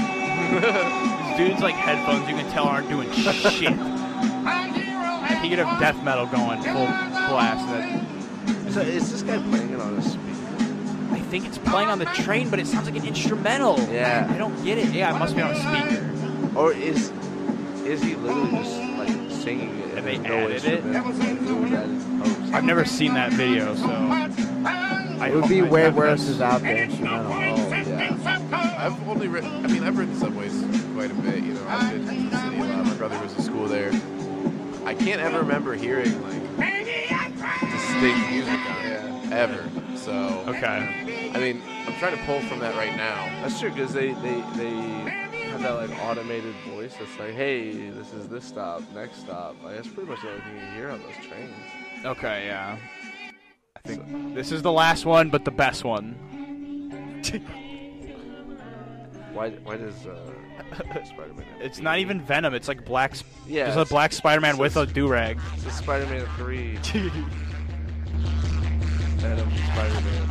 these dudes like headphones. You can tell aren't doing shit. If you get a death metal going full blast, that
So is this guy playing it on a speaker?
I think it's playing on the train, but it sounds like an instrumental.
Yeah.
I don't get it. Yeah, it must be on a speaker.
Or is is he literally just like singing it?
And they
there's
added it?
instrumental?
I've never seen that video, so I
it would
hope
be
I
way
have
worse
this.
without the instrumental.
Oh yeah.
I've only written. I mean, I've written subways quite a bit. You know, I did City a lot. My brother was in school there. I can't ever remember hearing like distinct music on it ever. So
Okay.
I mean, I'm trying to pull from that right now.
That's true because they they they have that like automated voice that's like, hey, this is this stop, next stop. Like that's pretty much the only thing you hear on those trains.
Okay, yeah. I think this is the last one, but the best one.
Why why does uh, Spider-Man? have
It's
feet?
not even Venom. It's like black. Sp-
Yeah,
There's a
it's-
black Spider-Man
it's
with a
just-
do rag.
It's Spider-Man three. Venom Spider-Man.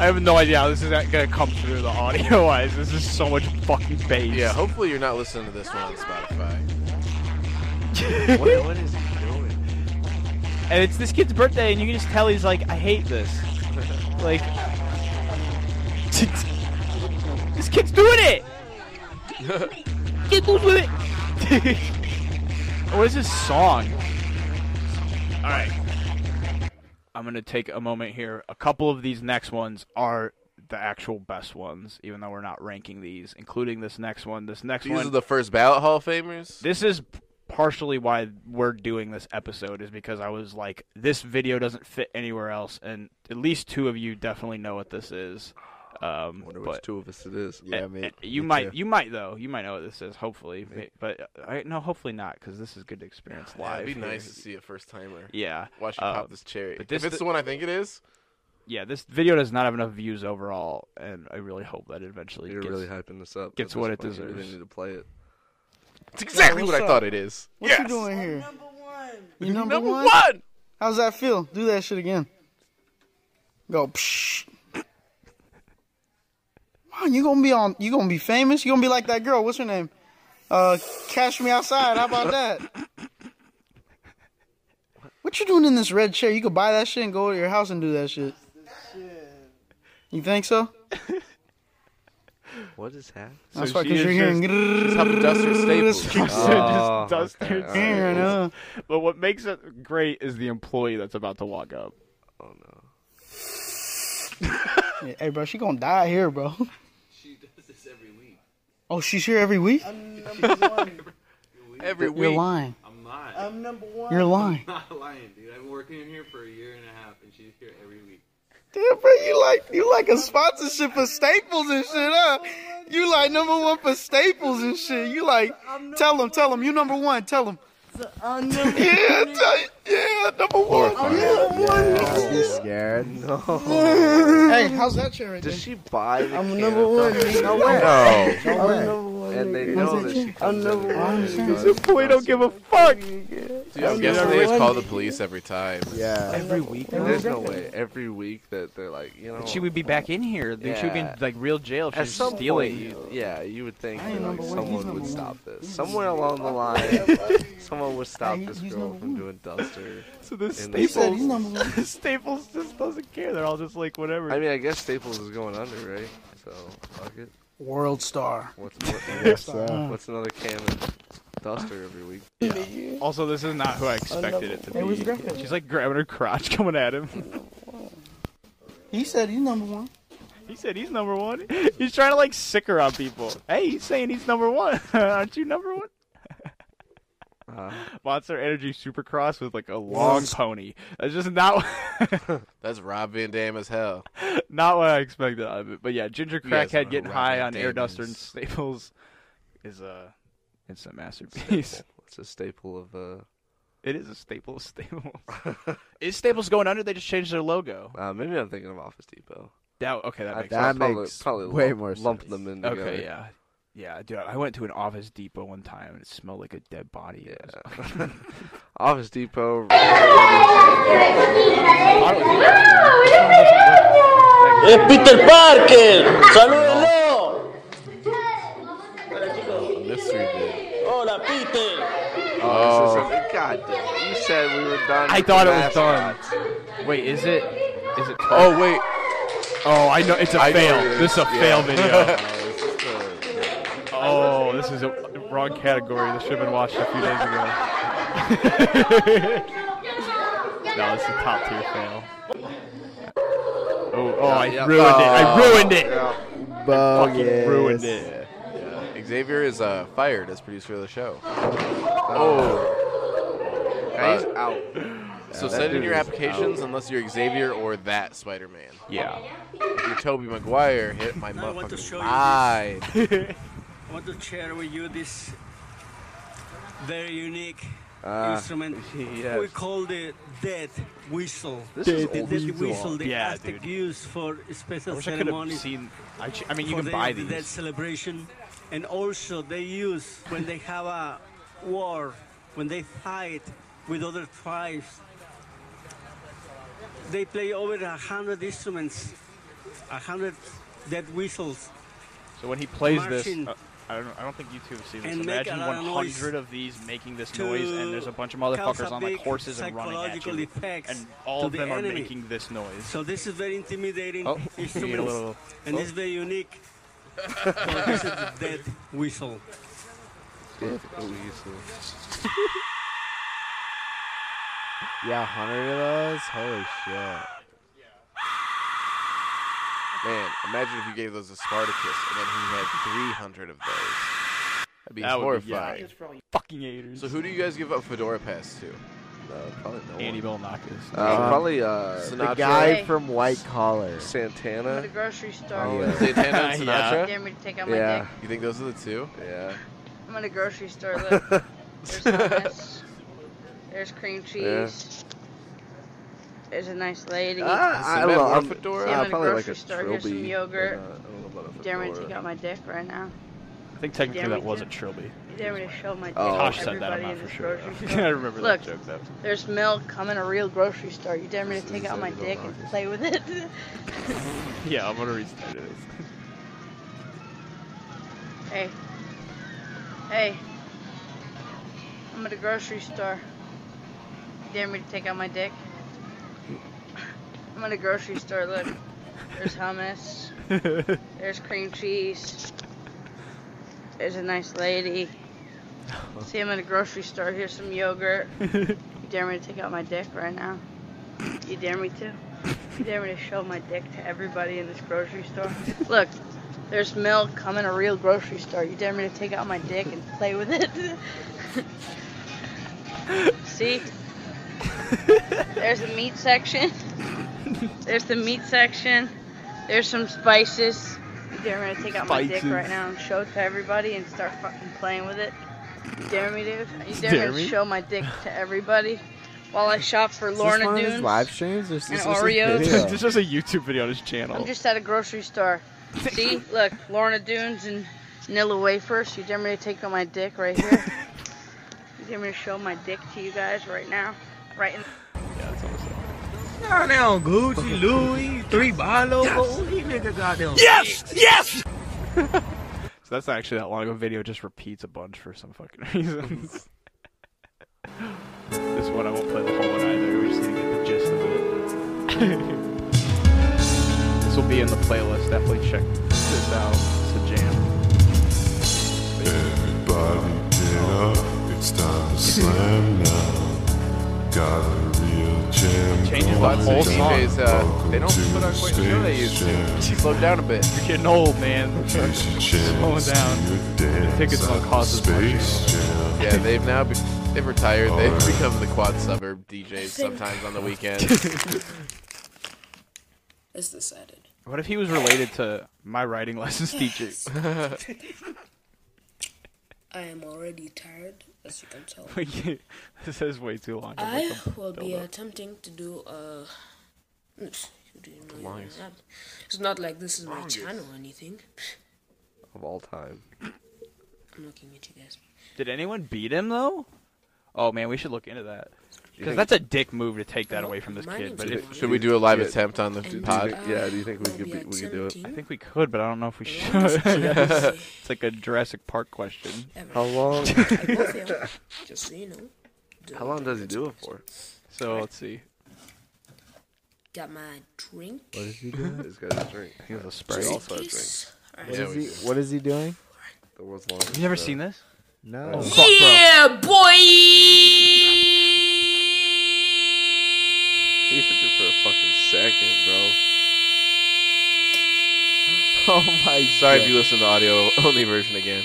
I have no idea how this is gonna come through the audio wise. This is so much fucking bass.
Yeah. Hopefully, you're not listening to this one on Spotify.
What, what is he doing?
and it's this kid's birthday, and you can just tell he's like, I hate this. Like, this kid's doing it. Get goes with it. what is this song? All right, I'm gonna take a moment here. A couple of these next ones are the actual best ones, even though we're not ranking these, including this next one. This next
These
one.
are the first ballot Hall of Famers.
This is partially why we're doing this episode is because I was like, this video doesn't fit anywhere else, and at least two of you definitely know what this is. Um,
wonder which
but
two of us it is.
Yeah,
eh,
me,
you
me
might,
too.
you might though, you might know what this is. Hopefully, may- but uh, I, no, hopefully not, because this is good to experience
Yeah,
live.
it'd be
here.
nice to see a first timer.
Yeah.
Watch you
Uh,
pop this cherry.
but this
if it's
th-
the one I think it is,
Yeah, this video does not have enough views overall, and I really hope that it eventually
You're
gets.
really hyping this up.
gets
at this
what it
point. You really
deserves.
need to play it.
it's exactly
what's
what I
up?
thought it is.
What
yes.
you doing here? You number,
Number
one?
one.
How's that feel? Do that shit again. Go. Psh. Man, you gonna be on? You gonna be famous? You gonna be like that girl? What's her name? Uh, cash me outside. How about that? What you doing in this red chair? You could buy that shit and go to your house and do that shit. You think so?
What is happening?
That's why, 'cause you're hearing.
Oh,
Just dust her staples. But what makes it great is the employee that's about to walk up.
Oh no.
Yeah, Hey, bro, she gonna die here, bro.
She does this every week.
Oh, she's here every week.
Every
You're week. lying.
I'm not.
I'm number one.
You're lying.
I'm not lying, dude. I've been working in here for a year and a half, and she's here every week.
Damn, bro, you like you like a sponsorship for Staples and shit, huh? You like number one for Staples and shit. You like tell them, tell them, you number one, tell them.
I'm
Yeah, tell, yeah, number one.
I'd be scared.
Hey, how's that chair right
Does she buy the
I'm
can
number
of
one,
Dr.
nigga.
Pepper?
No way. No
No.
way.
And they
nigga.
know
What's
that
that
she
shit?
comes
I'm
in
number
there
one,
and
nigga.
does
This
it.
boy don't give a fuck.
Dude,
Oh,
I'm guessing they just call the police every time.
Yeah.
Every week.
There's no way. Every week that they're like, you know.
She would be back in here. Then She would be in
Yeah.
like real jail. If she
At
was
some
stealing.
point, you, yeah, you would think
I ain't
that, like,
number one, he's
someone
number
would
one.
stop this.
He's
Somewhere along the line, someone would stop this girl from doing duster.
So this
in the
Staples,
store.
Staples just doesn't care. They're all just like whatever.
I mean, I guess Staples is going under, right? So fuck it.
World star.
What's what,
Yes,
what's,
sir.
what's another can of duster every week?
Also, this is not who I expected it to
It was
be.
Griffin.
She's like grabbing her crotch, coming at him.
He said he's number one.
He said he's number one. He's trying to like sick her on people. Hey, he's saying he's number one. Aren't you number one?
Uh-huh.
Monster Energy Supercross with like a long
Yes.
pony. That's just not
That's Rob Van Dam as hell.
not what I expected out of it. But yeah, Ginger
You guys know
Crackhead
who
getting
Rob
high
Van
on Air
Dam
Duster
is.
and Staples is a it's a masterpiece.
It's a staple of uh,
It is a staple of Staples. is Staples going under? They just changed their logo.
uh maybe I'm thinking of Office Depot.
That okay, that makes
I'd
sense.
probably, probably
way
lump,
more
lump them in together.
Okay, yeah. Yeah, dude, I went to an Office Depot one time and it smelled like a dead body. It was-
Office Depot.
¡Es Peter Parker! ¡Salúdenlo!
Mystery bit.
¡Hola, Peter!
Oh, this is something. God damn. You said we were done.
I
with
thought
the
it was done.
mascots.
Wait, is it? Is it?
Oh wait.
Oh, I know it's a
I know
fail.
it is.
This is a
Yeah.
fail video.
Uh,
oh, this is a wrong category. This should have been watched a few days ago. no, it's a top tier fail. Oh, oh, I
Yeah, yeah.
ruined it. I
Oh,
ruined it.
yeah.
Fucking ruined it.
Yeah. Xavier is uh, fired as producer of the show. Oh.
Yeah, he's
Uh,
out.
So
Yeah,
send
that
in your
dude is
applications
out.
unless you're Xavier or that Spider-Man.
Yeah.
If you're Toby Maguire, hit my
I want to
motherfucking
show
eye.
you this. I want to share with you this very unique
Ah,
instrument.
yes.
We call the dead whistle.
This is Death old.
dead
whistle.
whistle. the
Yeah,
Aztec
dude.
used for special
I wish I could've
ceremonies.
seen- I ch- I mean, you
for
can
the
buy
Day of the
these.
Dead celebration, and also they use when they have a war, when they fight with other tribes. They play over a hundred instruments, a hundred dead whistles.
So when he plays this,
Marching.
uh, I don't. I don't think you two have seen this.
And make
Imagine
a lot of noise
100 of these making this
to
noise, and there's a bunch of
cause
motherfuckers
a
on like
big
horses and running at
psychological
you,
effects
and all
to
of
the
them are
enemy.
making this noise.
So this is very intimidating
Oh, you need a
instrument,
little-
and
oh.
it's very unique. so this is the dead whistle.
Death whistle.
Yeah, hundred of those. Holy shit.
Man, imagine if you gave those to Spartacus and then he had 300 of those. That'd be
That would be- yeah.
horrifying.
Fucking haters.
So who do you guys give up Fedora Pass to?
Uh, probably no
Andy
one.
Belnakis.
Uh, probably uh,
the
Sinatra.
guy
Hey.
from White Collar.
Santana.
grocery store.
Oh,
yeah. Santana and
Yeah.
Sinatra?
Dare me to take out my dick.
You think those are the two?
Yeah.
I'm at a grocery store. Look, there's hummus. There's cream
Yeah.
cheese. There's a nice lady.
Ah,
See,
I don't know.
I'm
I'm,
at
uh,
a
probably like
grocery
a
store. Here's some
trilby,
yogurt.
but, uh, I don't know about a
Dare me to
fedora.
take out my dick right now.
I think technically
Dare me
that was
to-
a trilby.
You dare me to show my dick
Oh,
to
Tosh said that, I'm
everybody
not
in
for
this
sure.
grocery
Yeah, I
store?
remember that
Look,
joke, that was-
there's milk. I'm in a real grocery store. You dare me to take out my
Don't
dick
knock
and
it.
play with it?
yeah, I'm gonna restart it.
hey, Hey, I'm at a grocery store. You dare me to take out my dick? I'm at a grocery store. Look, there's hummus. There's cream cheese. There's a nice lady. See, I'm at a grocery store. Here's some yogurt. You dare me to take out my dick right now? You dare me to? You dare me to show my dick to everybody in this grocery store? Look, there's milk. I'm in a real grocery store. You dare me to take out my dick and play with it? See? There's the meat section. There's the meat section. There's some spices. You dare me to take out my dick Spices. right now and show it to everybody and start fucking playing with it? You dare me to? You dare,
Dare
me to
me?
show my dick to everybody while I shop for
Is this
Lorna
one of his
Doone?
live streams? Or is
and
this
Oreos.
Just a video?
This
is just a YouTube video on his channel.
I'm just at a grocery store. See, look, Lorna Doones and Nilla wafers. You dare me to take out my dick right here? you dare me to show my dick to you guys right now? Right in.
Nah, they on Gucci, Louis, Three Balo. Yes. These niggas out there.
Yes! Yes! So that's not actually that long ago. Video just repeats a bunch for some fucking reasons. this one I won't play the whole one either. We're just gonna get the gist of it. this will be in the playlist. Definitely check this out. It's a jam.
Everybody get up, it's time to slam now. Got a real jam.
Changes
going
on whole
down.
DJs. Uh,
Welcome
they don't
to
put on quite the show they used to. Slow down a bit.
You're getting old, man.
Slowing
down.
Tickets don't cost as much. Yeah, they've now be- they've retired. They've become the quad suburb DJs sometimes on the weekends.
Is this added?
What if he was related to my writing lessons teacher?
I am already tired, as you can tell.
this is way too long.
I will be attempting to do
uh,
a. You didn't know you were
Longest.
up. It's not like this is my
Longest.
channel or anything.
of all time.
I'm looking at you guys.
Did anyone beat him though? Oh man, we should look into that. Because
think-
that's a dick move to take that away from this
My
kid.
name's
But if,
Should we do a live attempt on the
And,
pod?
uh,
Yeah, do you think we could
be
be, we could do it?
I think we could, but I don't know if we should.
Yes.
it's like a Jurassic Park question.
Ever.
How
I will
long?
fail, just so you know. Do
How long does he do it for?
So let's see.
Got my drink.
What is he doing?
This guy's a drink.
He has a
He's
sprite.
also a drink.
What is he? What is he doing?
That was long.
Have you never seen this?
No.
Oh, fuck, bro.
Yeah, boy!
He did it for a fucking second, bro.
Oh my
Sorry if you listen to the audio only version again.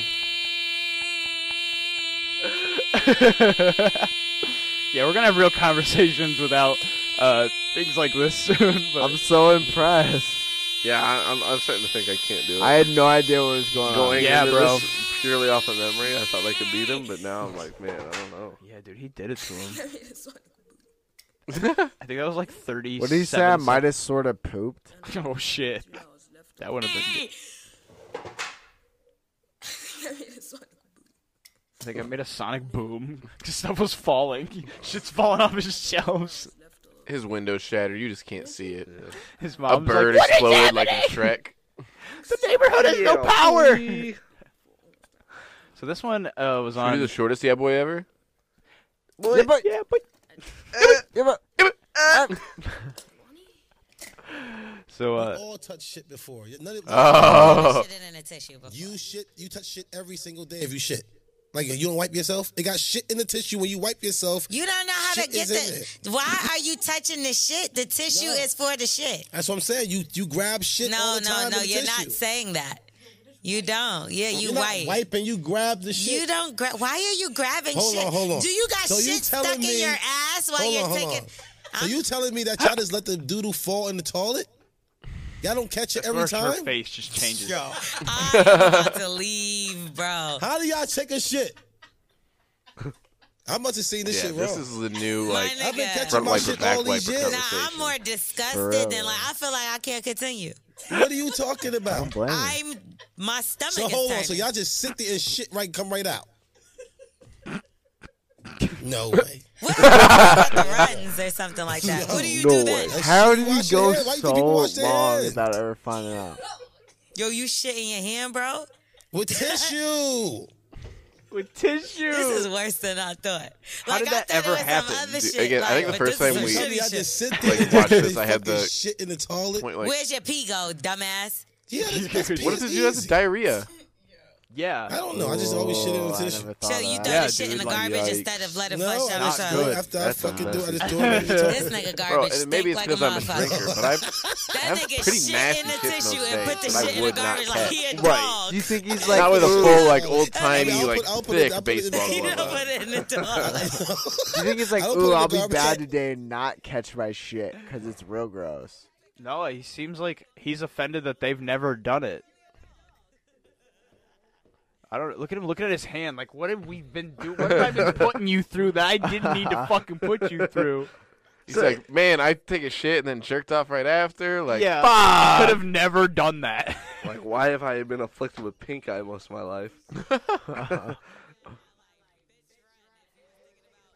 Yeah, we're gonna have real conversations without uh, things like this soon. But
I'm so impressed.
Yeah, I, I'm, I'm starting to think I can't do it.
I had no idea what was going on.
Going
Yeah,
into
bro.
this purely off of memory, I thought I could beat him, but now I'm like, man, I don't know.
yeah, dude, he did it to him.
It's like-
I think that was like thirty.
What did he say? I might have sort of pooped.
Oh shit. That would have been.
It's like-
I think I made a sonic boom. Just stuff was falling. Shit's falling off his shelves.
His window shattered. You just can't see it.
His
A
mom's
bird
like, "What is
exploded like in
happening?"
Shrek.
The neighborhood has no
Yeah.
power.
Wee.
So this one uh, was
Should we do
on.
the shortest yeah boy ever?
Yeah, but
yeah, but
yeah, but yeah, but.
So
We
uh,
all touched shit before. None of
Oh.
shit in a tissue before. You shit. You touch shit every single day. If you shit, like you don't wipe yourself, it got shit in the tissue. When you wipe yourself,
You don't know how
shit
to get
is in
the.
it.
Why are you touching the shit? The tissue is for the shit.
That's what I'm saying. You you grab shit.
no,
all the
no,
time
no.
in the
You're
tissue.
not saying that. You don't. Yeah, you
You're not
wipe.
wiping. You grab the shit.
You don't grab. Why are you grabbing
Hold
shit?
on, hold on.
Do you got
So you
shit
telling
stuck in
me-
your ass while
Hold
you're
on, hold
taking?
on. So you telling me that y'all just let the doodle fall in the toilet? Y'all don't catch it every
first her
time.
face just changes.
Yo.
I am Ah, about to leave, bro.
How do y'all take a shit? I must have seen this
yeah,
shit
this
wrong.
is the new like
I've been catching
front
my
wiper
shit
back
all these
wiper
years.
conversation.
I'm more disgusted
real,
than like I feel like I can't continue.
What are you talking about? I'm blaming.
I'm my stomach.
so
is
hold on. So
turning.
y'all just sit there and shit right come right out. No way.
What about the runs or something like that? What do you do then?
How did you
Wash
go
your hand. Why you
so
think people wash their
long
hand?
without ever finding out?
Yo, you shit in your hand, bro.
With tissue.
with tissue.
This is worse than I thought.
How
Like,
did
I
that
thought it
ever
was some
happen?
other
Dude,
shit,
again, I
like,
think the
but
first
this
time
is
we-
some
I mean, I
shitty
just
shit.
sit there.
Like, watch this,
they
I had
fucking
the-
shit in the toilet.
Point, like-
Where's your pee go, dumbass?
yeah, that's, that's
What does this do? That's diarrhea. Oh,
Yeah.
I don't know. Oh, I just always shit in the tissue.
So you throw the shit in the garbage instead of let it
No,
flush
I
out
just
the
do it
toilet.
after I fucking do it. I just do it. like it's
This
over.
nigga
Bro,
garbage
and
stink
maybe it's
like a
because I'm a
motherfucker.
drinker, but I've
That
have
nigga
pretty
shit
nasty
in the
shit
tissue
most
and put
days, but
the
I
shit in
would
the
not
garbage like
touch.
he a
Right.
dog.
You think he's
Not
like
with a
ooh,
full like old timey
I'll
like
put- I'll put it-
thick
I'll put it in the
baseball
You
glove.
don't put it in the toilet.
You think it's like
I don't put it
ooh,
in
I'll
the
be
garbage
bad
can.
today and not catch my shit because it's real gross.
No, he seems like he's offended that they've never done it. I don't look at him. Looking at his hand, like what have we been doing? What have I been putting you through that I didn't need to fucking put you through?
He's like, man, I take a shit and then jerked off right after. Like,
yeah,
fuck.
could have never done that.
Like, why have I been afflicted with pink eye most of my life?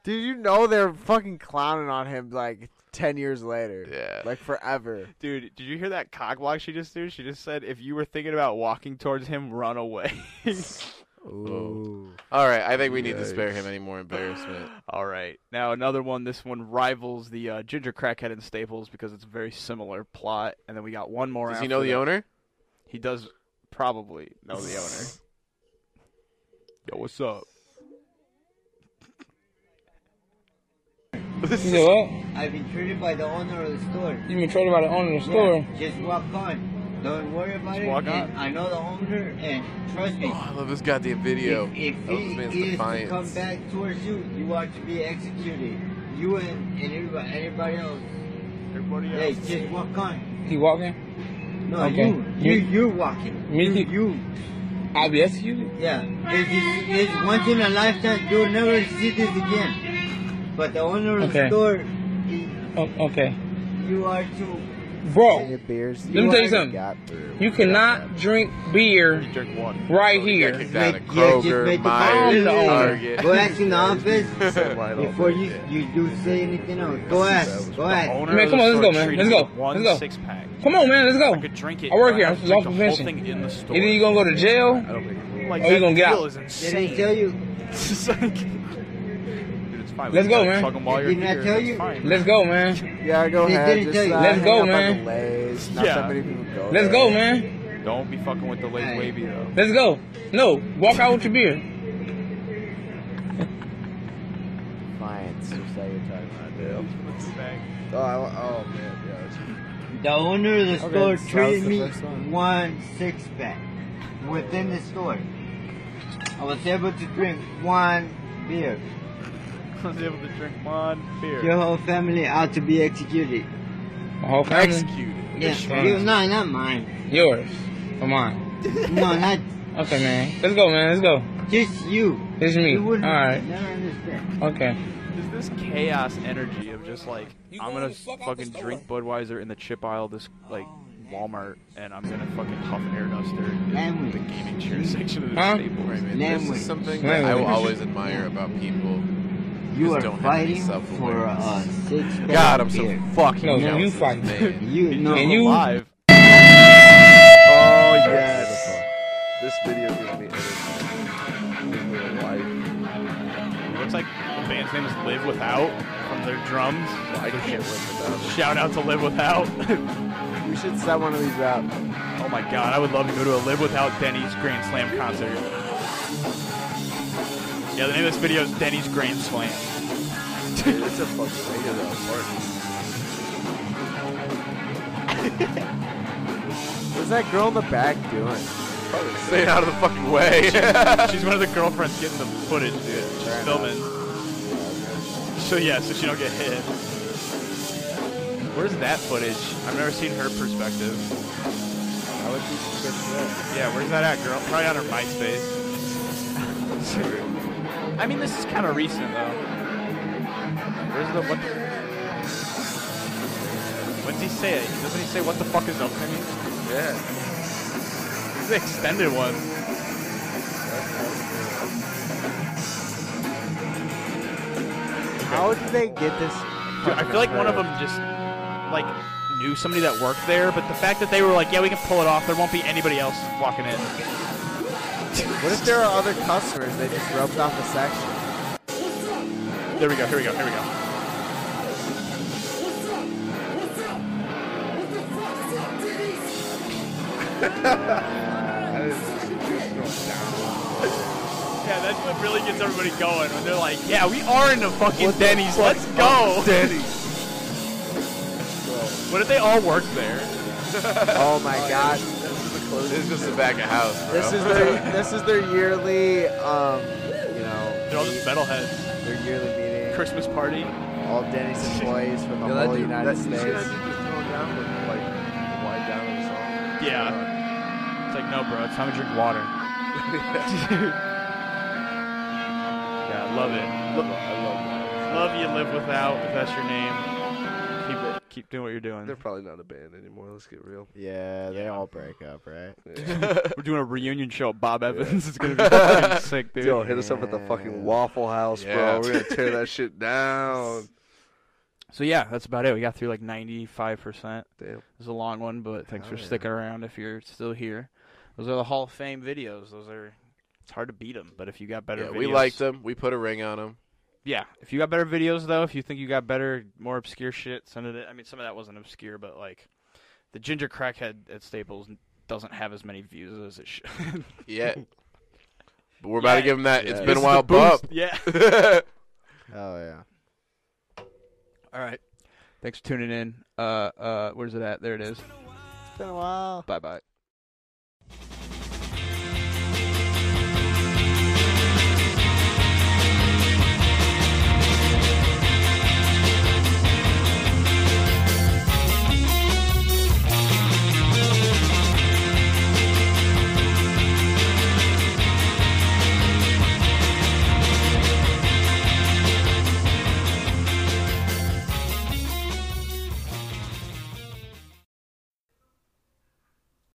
Dude, you know they're fucking clowning on him like ten years later.
Yeah.
Like forever.
Dude, did you hear that cock block she just threw? She just said, if you were thinking about walking towards him, run away.
Ooh.
Oh. All right, I think we need to spare him any more embarrassment.
All right. Now, another one. This one rivals the uh, Ginger Crackhead and Staples because it's a very similar plot. And then we got one more.
Does he
after
know the
that.
owner?
He does probably know the owner. Yo, what's up?
You know what?
I've been treated by the owner of the store.
You've been treated by the owner of the store.
Yeah, just walk on. Don't worry about it.
walk
and
on. Oh,
I know the owner, and trust me.
I love this goddamn video.
If,
I
if
love this man's
he is to
defiance.
come back towards you, you are to be executed. You and, and everybody, everybody else.
Everybody
else. Hey, just walk on.
He walking?
No,
Okay.
you, you, you're walking.
Me,
you, you.
I'll be executed?
Yeah. It's, it's, it's once in a lifetime. You'll never see this again. But the owner of the
Okay.
store,
O- okay.
you are to
Bro, let
beers.
me tell you something. You cannot drink beer right here.
Yeah, just make the
I'm the owner.
Go ask in the
It's the
office
light
before you, you do say anything else. Go ask. Go ask.
Man, come on, let's go, man. Let's go. Let's go. Come on, man, let's go. I,
drink it.
work
I
here. I'm
have to
off
drink the whole
prevention.
thing in the store.
Either you gonna go to jail,
Like,
or you
that
gonna get
deal
out.
is
Did they
insane.
tell you?
It's like- Dude, it's fine.
Let's
You
go,
gotta chug 'em while
man.
you're here. It's fine.
Let's go, man.
Yeah, go
They
ahead.
didn't
Just,
tell you.
uh,
Let's
hang
go,
up on
man.
the Lays. Not
Yeah.
that many people go
Let's
there.
go, man.
Don't be fucking with the lazy wavy though.
Let's go. No, walk out with your beer.
Clients, just like you're talking about.
Oh, I, oh man, yeah. it's-
The owner of the
Okay,
store
so that was
treated
the
me
first
one. six pack within the store. I was able to drink one beer.
I was able to drink one beer.
Your whole family out to be executed.
whole family?
Executed. Yeah,
Executed.
you, no, not mine.
Yours. Come on.
No, not
Okay, man. Let's go, man. Let's go.
Just you.
Just me.
You
All
wouldn't-
right.
I don't understand.
Okay.
There's this chaos energy of just like I'm gonna fucking drink Budweiser in the chip aisle of this like Walmart, and I'm gonna fucking huff air duster in the gaming chair section of the
Huh?
Staples.
Right, man.
This is
Language.
something that I will
Language.
always admire about people. who
You
just
are
don't have any
fighting for
self-awareness.
a six pack.
God, I'm so fucking
No,
jealous.
you
of this
fight.
man.
You no.
And you.
Oh yes. This video gives me energy. Gives me life.
Looks like the band's name is Live Without from their drums.
I can't live without. it.
Shout out to Live Without.
We should set one of these out.
oh my god, I would love to go to a Live Without Denny's Grand Slam concert. Yeah, the name of this video is Denny's Grand Slam.
Dude, it's a fucking way to the apartment.
What's that girl in the back doing?
Probably
Stay out of the fucking way.
She's one of the girlfriends getting the footage, dude. She's filming. So yeah, so she don't get hit. Where's that footage? I've never seen her perspective. Yeah, where's that at, girl? Probably on her MySpace. I mean, this is kind of recent though. Where's the what? The, when's he say it? Doesn't he say what the fuck is up? I mean,
Yeah.
this is the extended one.
How did they get this?
Dude, I feel like one of them just like knew somebody that worked there, but the fact that they were like, "Yeah, we can pull it off. There won't be anybody else walking in."
What if there are other customers? They just roped off a section.
There we go. Here we go. Here we go.
Yeah, that's what really gets everybody going when they're like, yeah, we are in the fucking
What the
Denny's.
fuck
Let's go.
is
Denny's. What if they all work there?
Oh my god.
This is just the back of house. Bro.
This is their this is their yearly um you know
They're all just metalheads.
Their yearly meeting.
Christmas party.
All Denny's employees from the
Yeah, that
whole
dude-
United
that- you see
States.
that dude just throwing down with, like, the wind down of the song?
Yeah. It's like, no, bro, it's time to drink water. yeah, I love it. I love you, live without, if that's your name. Keep it. Keep doing what you're doing.
They're probably not a band anymore. Let's get real.
Yeah, they all break up, right?
We're doing a reunion show at Bob Evans. It's gonna be fucking sick, dude.
Yo, hit us up at the fucking Waffle House,
Yeah.
bro. We're gonna tear that shit down.
So yeah, that's about it. We got through like 95 percent.
It
was a long one, but thanks
Hell
for
yeah.
sticking around. If you're still here, those are the Hall of Fame videos. Those are. It's hard to beat them, but if you got better,
Yeah,
videos,
we liked them. We put a ring on them.
Yeah, if you got better videos though, if you think you got better, more obscure shit, send it. in. I mean, some of that wasn't obscure, but like the ginger crackhead at Staples doesn't have as many views as it should.
Yeah. But we're about to
Yeah.
give them that. It's
Yeah.
been a
This is
while,
the boost.
bub.
Yeah.
Oh yeah.
All right. Thanks for tuning in. Uh, uh, where's it at? There it is. It's
been a while.
Bye bye.